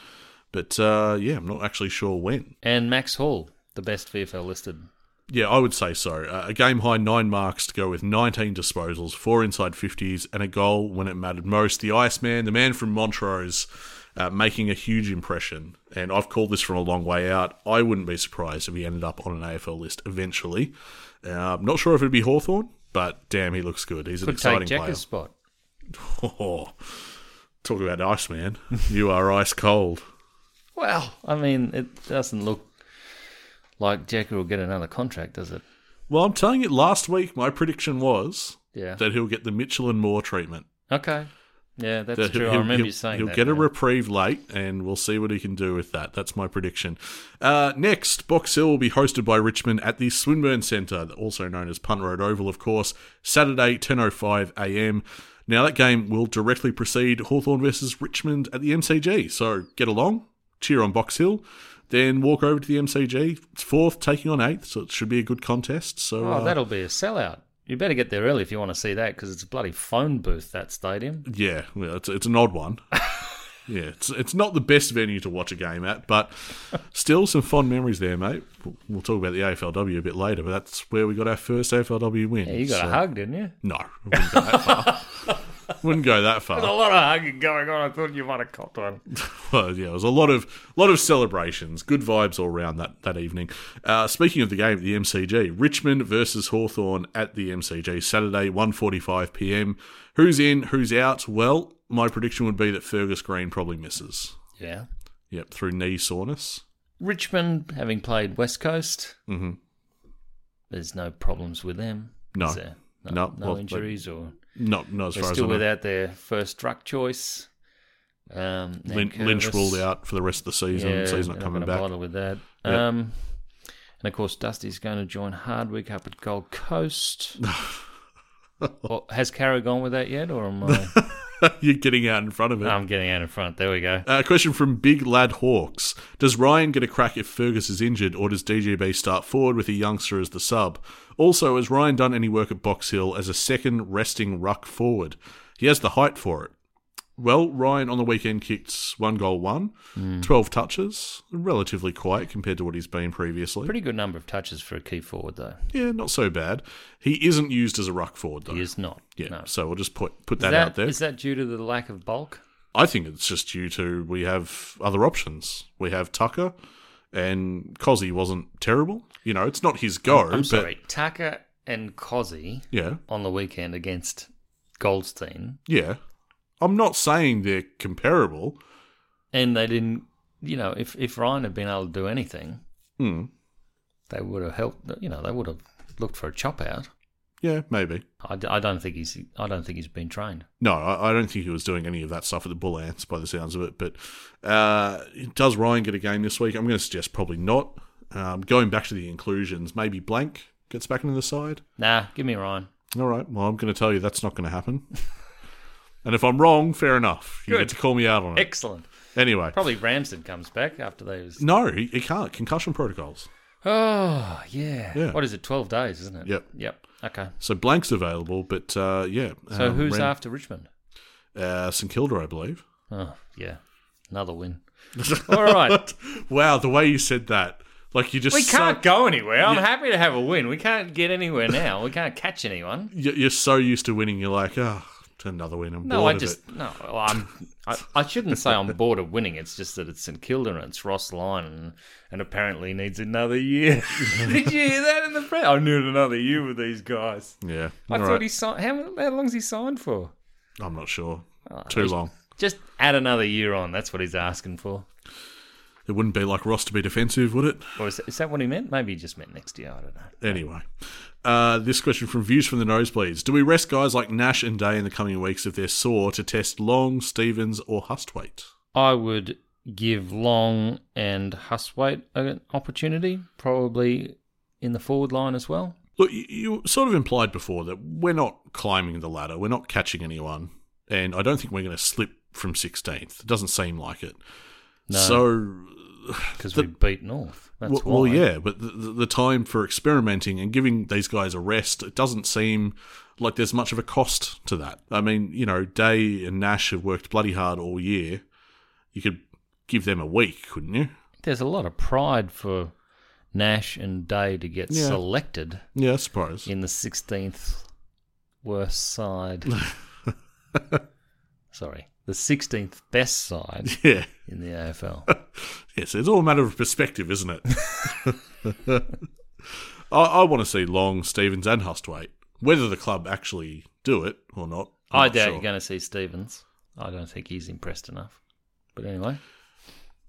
Speaker 2: But uh, yeah, I'm not actually sure when.
Speaker 3: And Max Hall, the best VFL listed.
Speaker 2: Yeah, I would say so. Uh, a game high nine marks to go with 19 disposals, four inside 50s, and a goal when it mattered most. The Iceman, the man from Montrose, uh, making a huge impression. And I've called this from a long way out. I wouldn't be surprised if he ended up on an AFL list eventually. Uh, I'm not sure if it'd be Hawthorn, but damn, he looks good. He's an
Speaker 3: Could take
Speaker 2: exciting player.
Speaker 3: Jacker's spot.
Speaker 2: Oh, talk about Iceman. you are ice cold.
Speaker 3: Well, I mean, it doesn't look like Jacker will get another contract, does it?
Speaker 2: Well, I'm telling you, last week my prediction was
Speaker 3: Yeah.
Speaker 2: that he'll get the Mitchell and Moore treatment.
Speaker 3: Okay. Yeah, that's
Speaker 2: that
Speaker 3: true.
Speaker 2: he'll-
Speaker 3: I remember
Speaker 2: he'll-
Speaker 3: you saying
Speaker 2: he'll
Speaker 3: that.
Speaker 2: get a
Speaker 3: yeah.
Speaker 2: reprieve late, and we'll see what he can do with that. That's my prediction. Uh, next, Box Hill will be hosted by Richmond at the Swinburne Centre, also known as Punt Road Oval, of course. Saturday, 10:05 a.m. Now that game will directly precede Hawthorn versus Richmond at the MCG. So get along, cheer on Box Hill. Then walk over to the MCG. It's fourth, taking on eighth, so it should be a good contest. So
Speaker 3: Oh,
Speaker 2: uh,
Speaker 3: that'll be a sellout. You better get there early if you want to see that because it's a bloody phone booth that stadium.
Speaker 2: Yeah, well, it's it's an odd one. yeah, it's it's not the best venue to watch a game at, but still some fond memories there, mate. We'll, we'll talk about the AFLW a bit later, but that's where we got our first AFLW win.
Speaker 3: Yeah, you got
Speaker 2: so-
Speaker 3: a hug, didn't you?
Speaker 2: No, wouldn't go that far. wouldn't go that
Speaker 4: A
Speaker 2: far.
Speaker 4: lot of hugging going on. I thought you might have copped one.
Speaker 2: Well, yeah, it was a lot of lot of celebrations, good vibes all round that that evening. Uh, speaking of the game at the MCG, Richmond versus Hawthorn at the MCG Saturday, 1.45 p.m. Who's in? Who's out? Well, my prediction would be that Fergus Green probably misses.
Speaker 3: Yeah.
Speaker 2: Yep, through knee soreness.
Speaker 3: Richmond, having played West Coast, mm-hmm. there's no problems with them.
Speaker 2: No.
Speaker 3: is there? No,
Speaker 2: No,
Speaker 3: no
Speaker 2: well, they-
Speaker 3: injuries or
Speaker 2: Not not as
Speaker 3: they're
Speaker 2: far
Speaker 3: still
Speaker 2: as I know.
Speaker 3: without their first ruck choice. Um, Nat
Speaker 2: Lin- Lynch
Speaker 3: Curtis.
Speaker 2: ruled out for the rest of the season.
Speaker 3: Yeah,
Speaker 2: so he's not
Speaker 3: they're
Speaker 2: coming
Speaker 3: gonna
Speaker 2: back.
Speaker 3: Bother with that.
Speaker 2: Yep.
Speaker 3: Um, and of course, Dusty's going to join Hardwick up at Gold Coast. Or- has Carrow gone with that yet, or am I?
Speaker 2: You're getting out in front of it.
Speaker 3: I'm getting out in front. There we go.
Speaker 2: uh, question from Big Lad Hawks: Does Ryan get a crack if Fergus is injured, or does DGB start forward with a youngster as the sub? Also, has Ryan done any work at Box Hill as a second resting ruck forward? He has the height for it. Well, Ryan on the weekend kicked one goal, one,
Speaker 3: Hmm.
Speaker 2: 12 touches, relatively quiet compared to what he's been previously.
Speaker 3: Pretty good number of touches for a key forward, though.
Speaker 2: Yeah, not so bad. He isn't used as a ruck forward though.
Speaker 3: He is not.
Speaker 2: Yeah,
Speaker 3: No.
Speaker 2: so we'll just put put
Speaker 3: Is
Speaker 2: that,
Speaker 3: that-
Speaker 2: out there.
Speaker 3: Is that due to the lack of bulk?
Speaker 2: I think it's just due to we have other options. We have Tucker, and Cozzy wasn't terrible. You know, it's not his go.
Speaker 3: I'm
Speaker 2: but
Speaker 3: sorry, Tucker and Cozzy
Speaker 2: Yeah,
Speaker 3: on the weekend against Goldstein,
Speaker 2: yeah. I'm not saying they're comparable.
Speaker 3: and they didn't. You know, if if Ryan had been able to do anything,
Speaker 2: Hmm.
Speaker 3: they would have helped. You know, they would have looked for a chop out.
Speaker 2: Yeah, maybe.
Speaker 3: I, d- I don't think he's. I don't think he's been trained.
Speaker 2: No, I, I don't think he was doing any of that stuff at the Bull Ants by the sounds of it. But uh, does Ryan get a game this week? I'm going to suggest probably not. Um, going back to the inclusions, maybe Blank gets back into the side.
Speaker 3: Nah, give me Ryan.
Speaker 2: All right. Well, I'm going to tell you that's not going to happen. and if I'm wrong, fair enough. You get
Speaker 3: Good.
Speaker 2: to call me out on it.
Speaker 3: Excellent.
Speaker 2: Anyway.
Speaker 3: Probably Ramsden comes back after those.
Speaker 2: No, he, he can't. Concussion protocols.
Speaker 3: Oh yeah.
Speaker 2: Yeah.
Speaker 3: What is it? Twelve days, isn't it?
Speaker 2: Yep. Um,
Speaker 3: Yep. Okay.
Speaker 2: So Blank's available, but uh, yeah.
Speaker 3: So
Speaker 2: um,
Speaker 3: who's
Speaker 2: Ren-
Speaker 3: after Richmond?
Speaker 2: Uh, St Kilda, I believe.
Speaker 3: Oh yeah, another win. All right.
Speaker 2: Wow, the way you said that. Like you just
Speaker 4: We can't
Speaker 2: so-
Speaker 4: go anywhere.
Speaker 3: I'm
Speaker 4: I'm happy.
Speaker 3: happy to have a win. We can't get anywhere now. We can't catch anyone.
Speaker 2: you- You're so used to winning, you're like, ah, oh, another win. I'm
Speaker 3: No,
Speaker 2: bored
Speaker 3: I
Speaker 2: of
Speaker 3: just
Speaker 2: it."
Speaker 3: no. well, I'm. I, I shouldn't say I'm bored of winning. It's just that it's St Kilda and it's Ross Lyon and, and apparently needs another year. Did you hear that in the press? I need another year with these guys.
Speaker 2: Yeah.
Speaker 3: I
Speaker 2: all
Speaker 3: thought
Speaker 2: right.
Speaker 3: he signed. How, how long's he signed for?
Speaker 2: I'm not sure. Too long.
Speaker 3: Just add another year on. That's what he's asking for.
Speaker 2: It wouldn't be like Ross to be defensive, would it?
Speaker 3: Or is, is that what he meant? Maybe he just meant next year. I don't know.
Speaker 2: Anyway, uh, this question from Views from the Nosebleeds. Do we rest guys like Nash and Day in the coming weeks if they're sore to test Long, Stevens, or Hustwaite?
Speaker 3: I would give Long and Huswaite an opportunity, probably in the forward line as well.
Speaker 2: Look, you, you sort of implied before that we're not climbing the ladder, we're not catching anyone, and I don't think we're going to slip from 16th. It doesn't seem like it.
Speaker 3: No.
Speaker 2: So,
Speaker 3: Because
Speaker 2: The-
Speaker 3: we beat North. That's
Speaker 2: well,
Speaker 3: why.
Speaker 2: well, yeah, but the, the the time for experimenting and giving these guys a rest, it doesn't seem like there's much of a cost to that. I mean, you know, Day and Nash have worked bloody hard all year. You could give them a week, couldn't you?
Speaker 3: There's a lot of pride for Nash and Day to get
Speaker 2: Yeah.
Speaker 3: selected
Speaker 2: Yeah, I suppose.
Speaker 3: in the 16th worst side. Sorry, the 16th best side
Speaker 2: yeah.
Speaker 3: in the AFL.
Speaker 2: Yes, it's all a matter of perspective, isn't it? I, I want to see Long, Stevens, and Hustwaite. Whether the club actually do it or not, I'm
Speaker 3: I
Speaker 2: not
Speaker 3: doubt
Speaker 2: sure.
Speaker 3: you're going to see Stevens. I don't think he's impressed enough. But anyway,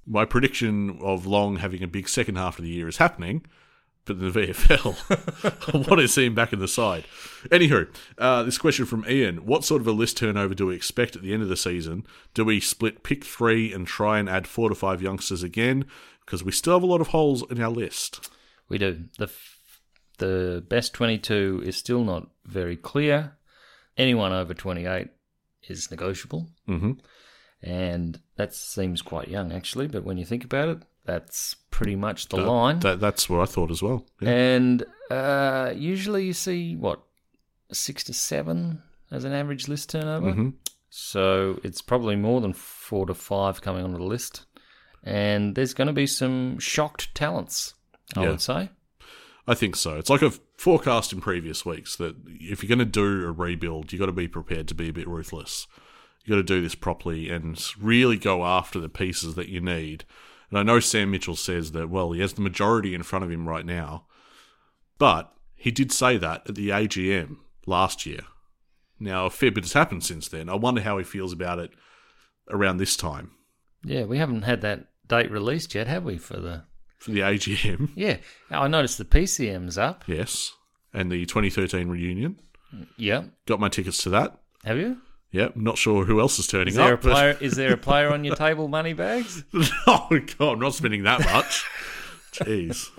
Speaker 2: My prediction of Long having a big second half of the year is happening, but in the VFL. what is seeing back in the side? Anywho, uh, this question from Ian What sort of a list turnover do we expect at the end of the season? Do we split pick three and try and add four to five youngsters again? Because we still have a lot of holes in our list.
Speaker 3: We do. The f- the best 22 is still not very clear. Anyone over 28 is negotiable.
Speaker 2: Mm-hmm.
Speaker 3: And that seems quite young, actually. But when you think about it, that's pretty much the line.
Speaker 2: That, that's what I thought as well. Yeah.
Speaker 3: And uh, usually you see, what, six to seven as an average list turnover?
Speaker 2: Mhm.
Speaker 3: So it's probably more than four to five coming onto the list. And there's going to be some shocked talents, I
Speaker 2: Yeah.
Speaker 3: would say.
Speaker 2: I think so. It's like I've forecast in previous weeks that if you're going to do a rebuild, you got to be prepared to be a bit ruthless. you got to do this properly and really go after the pieces that you need. And I know Sam Mitchell says that, well, he has the majority in front of him right now, but he did say that at the AGM last year. Now, a fair bit has happened since then. I wonder how he feels about it around this time
Speaker 3: Yeah, we haven't had that date released yet, have we? For the
Speaker 2: for the AGM.
Speaker 3: yeah, Now, I noticed the PCM's up.
Speaker 2: Yes. And the 2013 reunion.
Speaker 3: Yeah,
Speaker 2: Got my tickets to that.
Speaker 3: have you?
Speaker 2: Yep, not sure who else is turning
Speaker 3: Is there a
Speaker 2: up. but-
Speaker 3: player? Is there a player on your table, Moneybags?
Speaker 2: oh god, I'm not spending that much. Jeez.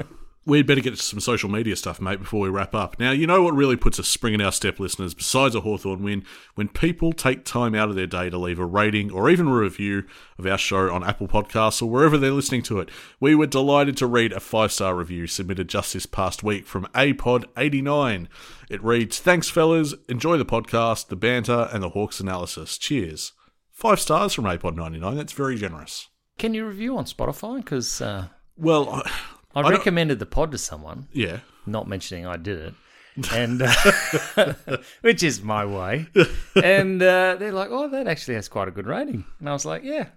Speaker 2: We'd better get to some social media stuff, mate, before we wrap up. Now, you know what really puts a spring in our step, listeners, besides a Hawthorn win? When people take time out of their day to leave a rating or even a review of our show on Apple Podcasts or wherever they're listening to it. We were delighted to read a five star review submitted just this past week from APOD89. It reads Thanks, fellas. Enjoy the podcast, the banter, and the Hawks analysis. Cheers. Five stars from APOD99. That's very generous.
Speaker 3: Can you review on Spotify? Because uh,
Speaker 2: Well, I-
Speaker 3: I,
Speaker 2: don't-
Speaker 3: recommended the pod to someone,
Speaker 2: yeah,
Speaker 3: not mentioning I did it, and uh, which is my way. And uh, they're like, "Oh, that actually has quite a good rating," and I was like, "Yeah,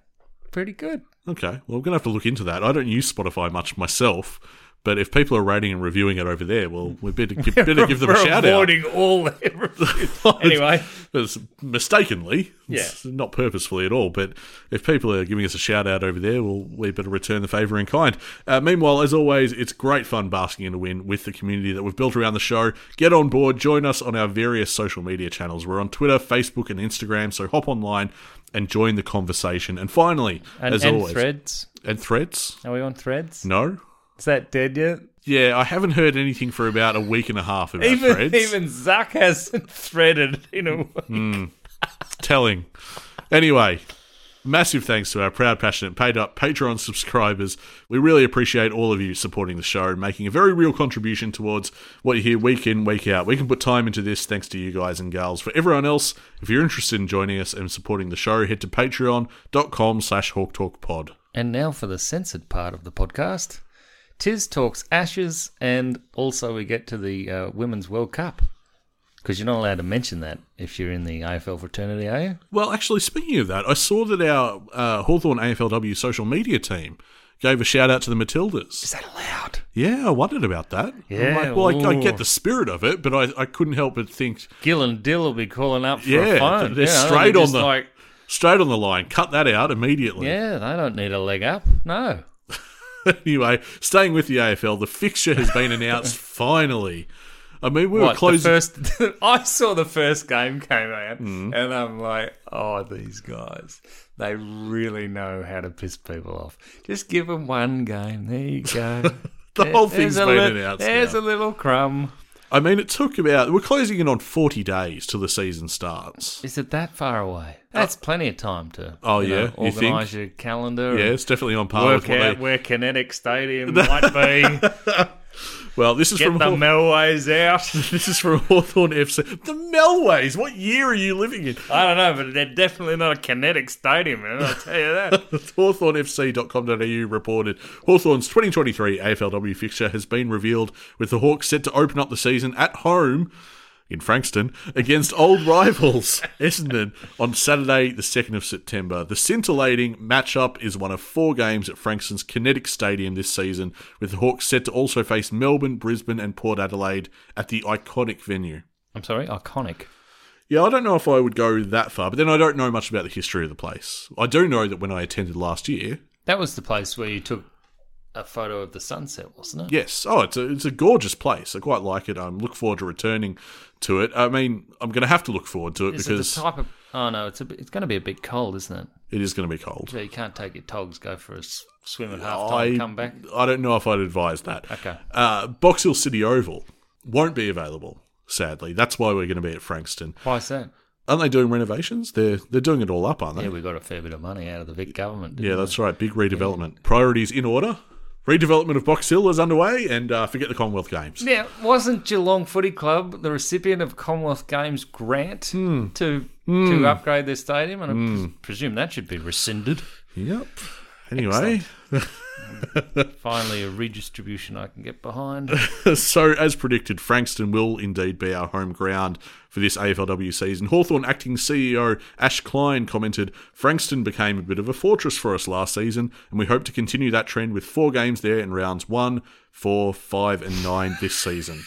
Speaker 3: pretty good."
Speaker 2: okay. Well, we're gonna have to look into that. I don't use Spotify much myself, but if people are rating and reviewing it over there, well, we better give, better give them a
Speaker 3: For
Speaker 2: shout out.
Speaker 3: avoiding all their reviews. anyway.
Speaker 2: It's mistakenly, It's not purposefully at all. But if people are giving us a shout out over there, well, we better return the favour in kind. Uh, meanwhile, as always, it's great fun basking in a win with the community that we've built around the show. Get on board, join us on our various social media channels. We're on Twitter, Facebook, and Instagram. So hop online and join the conversation. And finally,
Speaker 3: And,
Speaker 2: as
Speaker 3: and
Speaker 2: always,
Speaker 3: threads.
Speaker 2: and threats.
Speaker 3: Are we on threads?
Speaker 2: No.
Speaker 4: Is that dead yet?
Speaker 2: Yeah, I haven't heard anything for about a week and a half about
Speaker 4: Even
Speaker 2: threads.
Speaker 4: even Zuck hasn't threaded in a way.
Speaker 2: telling. Anyway, massive thanks to our proud, passionate, paid up Patreon subscribers. We really appreciate all of you supporting the show and making a very real contribution towards what you hear week in, week out. We can put time into this thanks to you guys and gals. For everyone else, if you're interested in joining us and supporting the show, head to patreon.com slash hawktalkpod.
Speaker 3: And now for the censored part of the podcast. Tiz talks ashes, and also we get to the uh, Women's World Cup. Because you're not allowed to mention that if you're in the AFL fraternity, are you?
Speaker 2: Well, actually, speaking of that, I saw that our uh, Hawthorne AFLW social media team gave a shout out to the Matildas.
Speaker 3: Is that allowed?
Speaker 2: Yeah, I wondered about that. I'm
Speaker 3: Yeah,
Speaker 2: like, well, I, I
Speaker 3: ooh.
Speaker 2: get the spirit of it, but I, I couldn't help but think
Speaker 3: Gill and Dill will be calling up for
Speaker 2: Yeah,
Speaker 3: a phone.
Speaker 2: they're
Speaker 3: You know,
Speaker 2: straight
Speaker 3: they're
Speaker 2: on
Speaker 3: just
Speaker 2: the-
Speaker 3: Like,
Speaker 2: straight on the line, cut that out immediately.
Speaker 3: yeah, they don't need a leg up. No.
Speaker 2: anyway, staying with the AFL, the fixture has been announced finally. I mean, we were
Speaker 3: What, the
Speaker 2: closing.
Speaker 3: first...
Speaker 4: I saw the first game came out,
Speaker 2: Mm.
Speaker 4: and I'm like, oh, these guys, they really know how to piss people off. Just give them one game. There you go.
Speaker 2: the
Speaker 4: There-
Speaker 2: whole
Speaker 4: there's
Speaker 2: thing's
Speaker 4: a
Speaker 2: been
Speaker 4: li-
Speaker 2: announced.
Speaker 4: There's
Speaker 2: now.
Speaker 4: a little crumb.
Speaker 2: I mean, it took about. We're closing in on 40 days till the season starts.
Speaker 3: Is it that far away? That's plenty of time to
Speaker 2: Oh,
Speaker 3: you
Speaker 2: yeah,
Speaker 3: know,
Speaker 2: you think?
Speaker 3: organise your calendar.
Speaker 2: Yeah,
Speaker 3: and
Speaker 2: it's definitely on par with
Speaker 4: Work
Speaker 2: what
Speaker 4: out
Speaker 2: they.
Speaker 4: where Kinetic Stadium might be.
Speaker 2: Well, this is
Speaker 4: Get
Speaker 2: from
Speaker 4: the
Speaker 2: Haw-
Speaker 4: Melways out.
Speaker 2: this is from Hawthorn FC. The Melways. What year are you living in?
Speaker 4: I don't know, but they're definitely not a Kinetic Stadium, man. I'll tell you that.
Speaker 2: HawthornFC.com.au reported Hawthorn's 2023 AFLW fixture has been revealed with the Hawks set to open up the season at home in Frankston against old rivals Essendon on Saturday, the 2nd of September. The scintillating matchup is one of four games at Frankston's Kinetic Stadium this season, with the Hawks set to also face Melbourne, Brisbane, and Port Adelaide at the iconic venue.
Speaker 3: I'm sorry, iconic.
Speaker 2: Yeah, I don't know if I would go that far, but then I don't know much about the history of the place. I do know that when I attended last year,
Speaker 3: That was the place where you took a photo of the sunset, wasn't it?
Speaker 2: Yes. Oh, it's a, it's a gorgeous place. I quite like it. I um, look forward to returning to it. I mean, I'm going to have to look forward to it
Speaker 3: Is
Speaker 2: because
Speaker 3: it the type of? Oh no, it's a, bit- it's going to be a bit cold, isn't it?
Speaker 2: it is going to be cold.
Speaker 3: So you can't take your togs, go for a s- swim at half time,
Speaker 2: I,
Speaker 3: come back.
Speaker 2: I don't know if I'd advise that.
Speaker 3: Okay.
Speaker 2: Uh, Box Hill City Oval won't be available, sadly. That's why we're going to be at Frankston.
Speaker 3: Why's that?
Speaker 2: Aren't they doing renovations? They're they're doing it all up, aren't they?
Speaker 3: Yeah, we got a fair bit of money out of the Vic government.
Speaker 2: Yeah, that's right. Big redevelopment. Priorities in order. Redevelopment of Box Hill is underway, and uh, forget the Commonwealth Games.
Speaker 3: Now, wasn't Geelong Footy Club the recipient of Commonwealth Games grant to to upgrade their stadium? And I pres- presume that should be rescinded.
Speaker 2: Yep. Anyway,
Speaker 3: Finally, a redistribution I can get behind.
Speaker 2: so as predicted, Frankston will indeed be our home ground for this AFLW season. Hawthorn acting CEO Ash Klein commented, Frankston became a bit of a fortress for us last season, and we hope to continue that trend with four games there in rounds one, four, five, and nine this season.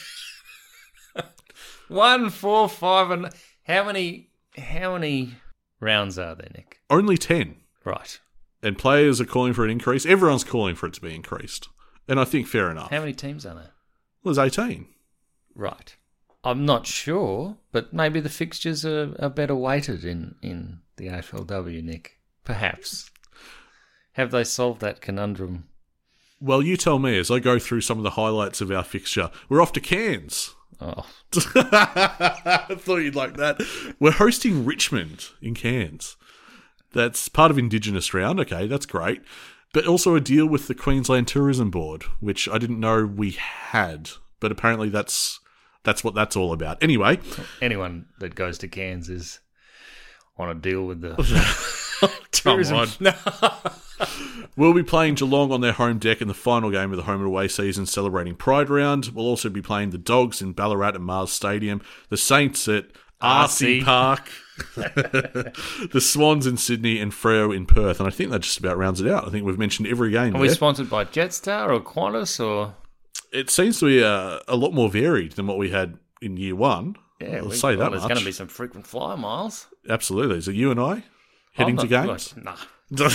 Speaker 3: One, four, five, and how many? How many rounds are there, Nick?
Speaker 2: Only 10.
Speaker 3: Right.
Speaker 2: And players are calling for an increase. Everyone's calling for it to be increased. And I think fair enough.
Speaker 3: How many teams are there?
Speaker 2: Well, there's 18.
Speaker 3: Right. I'm not sure, but maybe the fixtures are, are better weighted in, in the AFLW, Nick. Perhaps. Have they solved that conundrum?
Speaker 2: Well, you tell me as I go through some of the highlights of our fixture. We're off to Cairns.
Speaker 3: Oh,
Speaker 2: I thought you'd like that. We're hosting Richmond in Cairns. That's part of Indigenous Round. Okay, that's great. But also a deal with the Queensland Tourism Board, which I didn't know we had, but apparently that's that's what that's all about. Anyway,
Speaker 3: anyone that goes to Cairns is on a deal with the.
Speaker 2: Tourism. we'll be playing Geelong on their home deck in the final game of the home and away season, celebrating Pride Round. We'll also be playing the Dogs in Ballarat at Mars Stadium, the Saints at
Speaker 3: Arcee.
Speaker 2: RC Park, the Swans in Sydney, and Freo in Perth. And I think that just about rounds it out. I think we've mentioned every game.
Speaker 3: Are we
Speaker 2: there.
Speaker 3: sponsored by Jetstar or Qantas or.
Speaker 2: it seems to be uh, a lot more varied than what we had in year one.
Speaker 3: Yeah,
Speaker 2: I'll
Speaker 3: we-
Speaker 2: say
Speaker 3: well,
Speaker 2: that
Speaker 3: There's
Speaker 2: much.
Speaker 3: going to be some frequent flyer miles.
Speaker 2: Absolutely. So you and I heading
Speaker 3: I'm
Speaker 2: to
Speaker 3: not-
Speaker 2: games.
Speaker 3: Nah.
Speaker 2: you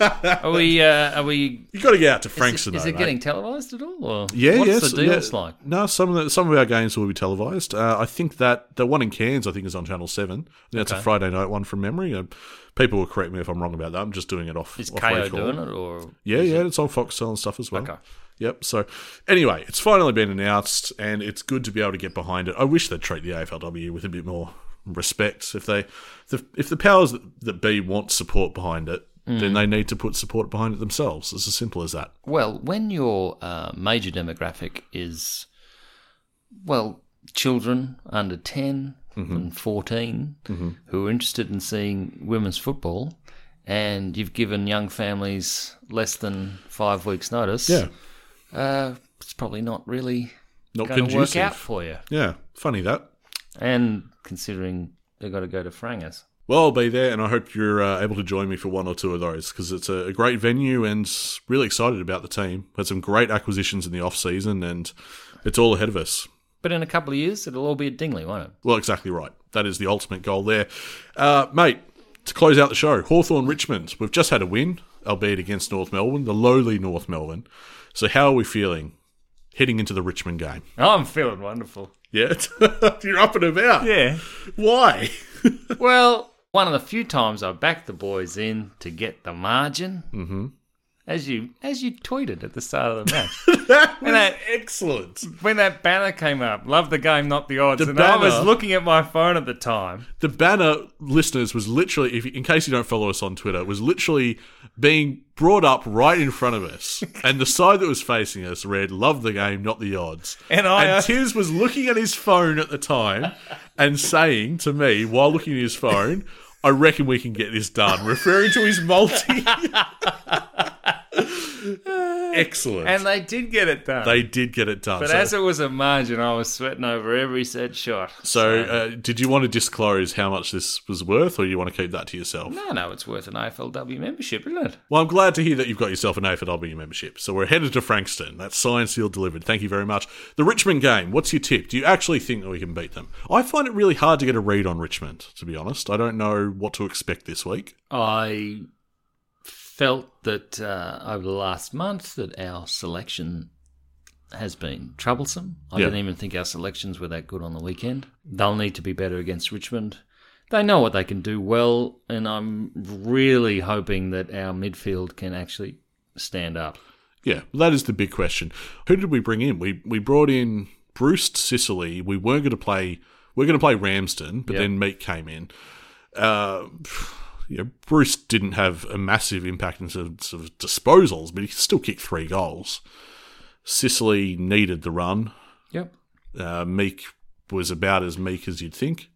Speaker 3: Are we. Uh, are we
Speaker 2: got to get out to
Speaker 3: is
Speaker 2: Frankston.
Speaker 3: it, is
Speaker 2: though,
Speaker 3: it
Speaker 2: mate.
Speaker 3: getting televised at all? Or
Speaker 2: Yeah,
Speaker 3: what's
Speaker 2: yes,
Speaker 3: the deals
Speaker 2: yeah.
Speaker 3: like?
Speaker 2: No, some of the, some of our games will be televised. Uh, I think that the one in Cairns, I think, is on Channel Seven. That's a Friday night one from memory. Uh, people will correct me if I'm wrong about that. I'm just doing it off.
Speaker 3: Is
Speaker 2: off
Speaker 3: KO
Speaker 2: record.
Speaker 3: doing it or.
Speaker 2: Yeah, yeah, it's on Foxtel and stuff as well.
Speaker 3: Okay.
Speaker 2: Yep. So, anyway, it's finally been announced, and it's good to be able to get behind it. I wish they'd treat the AFLW with a bit more respect. If they, the, if the powers that, that be want support behind it,
Speaker 3: Hmm.
Speaker 2: then they need to put support behind it themselves. It's as simple as that.
Speaker 3: Well, when your uh, major demographic is, well, children under 10 and 14 who are interested in seeing women's football, and you've given young families less than five weeks' notice,
Speaker 2: Yeah.
Speaker 3: uh, it's probably not really
Speaker 2: Not
Speaker 3: going to work
Speaker 2: conducive.
Speaker 3: out for you.
Speaker 2: Yeah. Funny that.
Speaker 3: And considering they've got to go to Frangers.
Speaker 2: Well, I'll be there, and I hope you're uh, able to join me for one or two of those because it's a, a great venue and really excited about the team. Had some great acquisitions in the off season, and it's all ahead of us.
Speaker 3: But in a couple of years, it'll all be at Dingley, won't it?
Speaker 2: Well, exactly right. That is the ultimate goal there, uh, mate. To close out the show, Hawthorn Richmond. We've just had a win, albeit against North Melbourne, the lowly North Melbourne. So, how are we feeling heading into the Richmond game?
Speaker 3: I'm feeling wonderful.
Speaker 2: Yeah, you're up and about.
Speaker 4: Yeah.
Speaker 2: Why?
Speaker 3: Well, one of the few times I backed the boys in to get the margin. Mm-hmm. As you as you tweeted at the start of the match,
Speaker 2: That was
Speaker 4: I-
Speaker 2: excellent.
Speaker 4: When that banner came up, love the game, not the odds.
Speaker 2: The
Speaker 4: and I was
Speaker 2: banner-
Speaker 4: looking at my phone at the time.
Speaker 2: the banner listeners was literally if you, in case you don't follow us on twitter was literally being brought up right in front of us and the side that was facing us read love the game not the odds
Speaker 4: And I- uh,
Speaker 2: and tiz was looking at his phone at the time and saying to me while looking at his phone i reckon we can get this done referring to his multi excellent
Speaker 4: And they did get it done.
Speaker 2: they did get it done
Speaker 4: but
Speaker 2: So-
Speaker 4: as it was a margin, I was sweating over every said shot.
Speaker 2: so, uh, did you want to disclose how much this was worth, or you want to keep that to yourself?
Speaker 3: no, no, it's worth an AFLW membership, isn't it?
Speaker 2: Well, I'm glad to hear that you've got yourself an AFLW membership. So we're headed to Frankston. That's signed, sealed, delivered. Thank you very much. The Richmond game, what's your tip? Do you actually think that we can beat them? I find it really hard to get a read on Richmond, to be honest. I don't know what to expect this week.
Speaker 3: I felt that uh, over the last month that our selection has been troublesome. I
Speaker 2: Yeah.
Speaker 3: didn't even think our selections were that good on the weekend. They'll need to be better against Richmond. They know what they can do well, and I'm really hoping that our midfield can actually stand up.
Speaker 2: Yeah, that is the big question. Who did we bring in? We we brought in Bruce Sicily. We weren't going to play. We're going to play Ramsden, but
Speaker 3: Yeah.
Speaker 2: then Meek came in. Uh, yeah, Bruce didn't have a massive impact in terms of disposals, but he still kicked three goals. Sicily needed the run.
Speaker 3: Yep.
Speaker 2: Uh, Meek was about as meek as you'd think.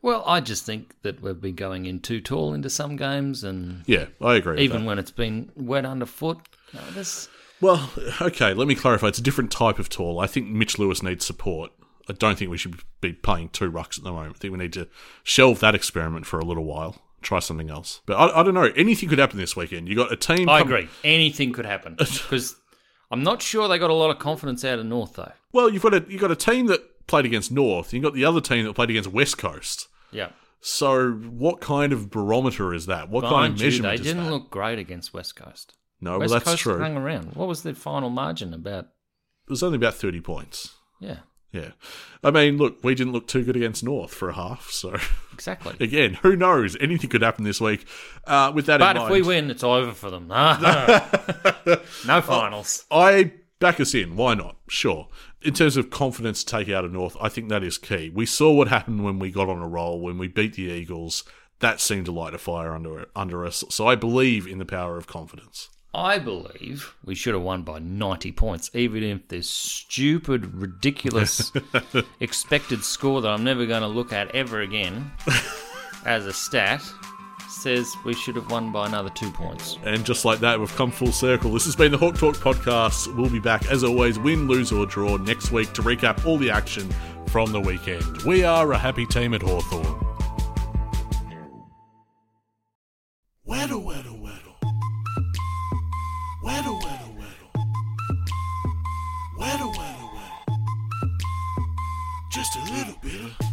Speaker 3: Well, I just think that we've been going in too tall into some games, and
Speaker 2: Yeah, I agree. with
Speaker 3: even
Speaker 2: that.
Speaker 3: when it's been wet underfoot, uh, no, this
Speaker 2: Well, okay, let me clarify. It's a different type of tall. I think Mitch Lewis needs support. I don't think we should be playing two rucks at the moment. I think we need to shelve that experiment for a little while, try something else. But I, I don't know. Anything could happen this weekend. You got a team.
Speaker 3: I
Speaker 2: come-
Speaker 3: agree. Anything could happen because I'm not sure they got a lot of confidence out of North though.
Speaker 2: Well, you've got a you got a team that played against North. You got the other team that played against West Coast.
Speaker 3: Yeah,
Speaker 2: So, what kind of barometer is that? What kind
Speaker 3: mind
Speaker 2: of
Speaker 3: you,
Speaker 2: measurement
Speaker 3: they
Speaker 2: is
Speaker 3: didn't
Speaker 2: that?
Speaker 3: look great against West Coast.
Speaker 2: no, well,
Speaker 3: West
Speaker 2: that's
Speaker 3: Coast
Speaker 2: true.
Speaker 3: hung around. What was their final margin about?
Speaker 2: It was only about thirty points.
Speaker 3: Yeah,
Speaker 2: Yeah, I mean, look, we didn't look too good against North for a half. So.
Speaker 3: exactly.
Speaker 2: again, who knows? Anything could happen this week. Uh, with that
Speaker 3: but
Speaker 2: in
Speaker 3: if
Speaker 2: mind,
Speaker 3: we win, it's over for them. no finals.
Speaker 2: I back us in. Why not? Sure. In terms of confidence to take out of North, I think that is key. We saw what happened when we got on a roll, when we beat the Eagles. That seemed to light a fire under under us. So I believe in the power of confidence.
Speaker 3: I believe we should have won by 90 points, even if this stupid, ridiculous expected score that I'm never going to look at ever again as a stat says we should have won by another two points.
Speaker 2: And just like that, we've come full circle. This has been the Hawk Talk podcast. We'll be back as always, win, lose or draw next week to recap all the action from the weekend. We are a happy team at Hawthorn. Weddle, weddle, weddle. Weddle, weddle, weddle. Weddle, weddle, weddle. Just a little bit of.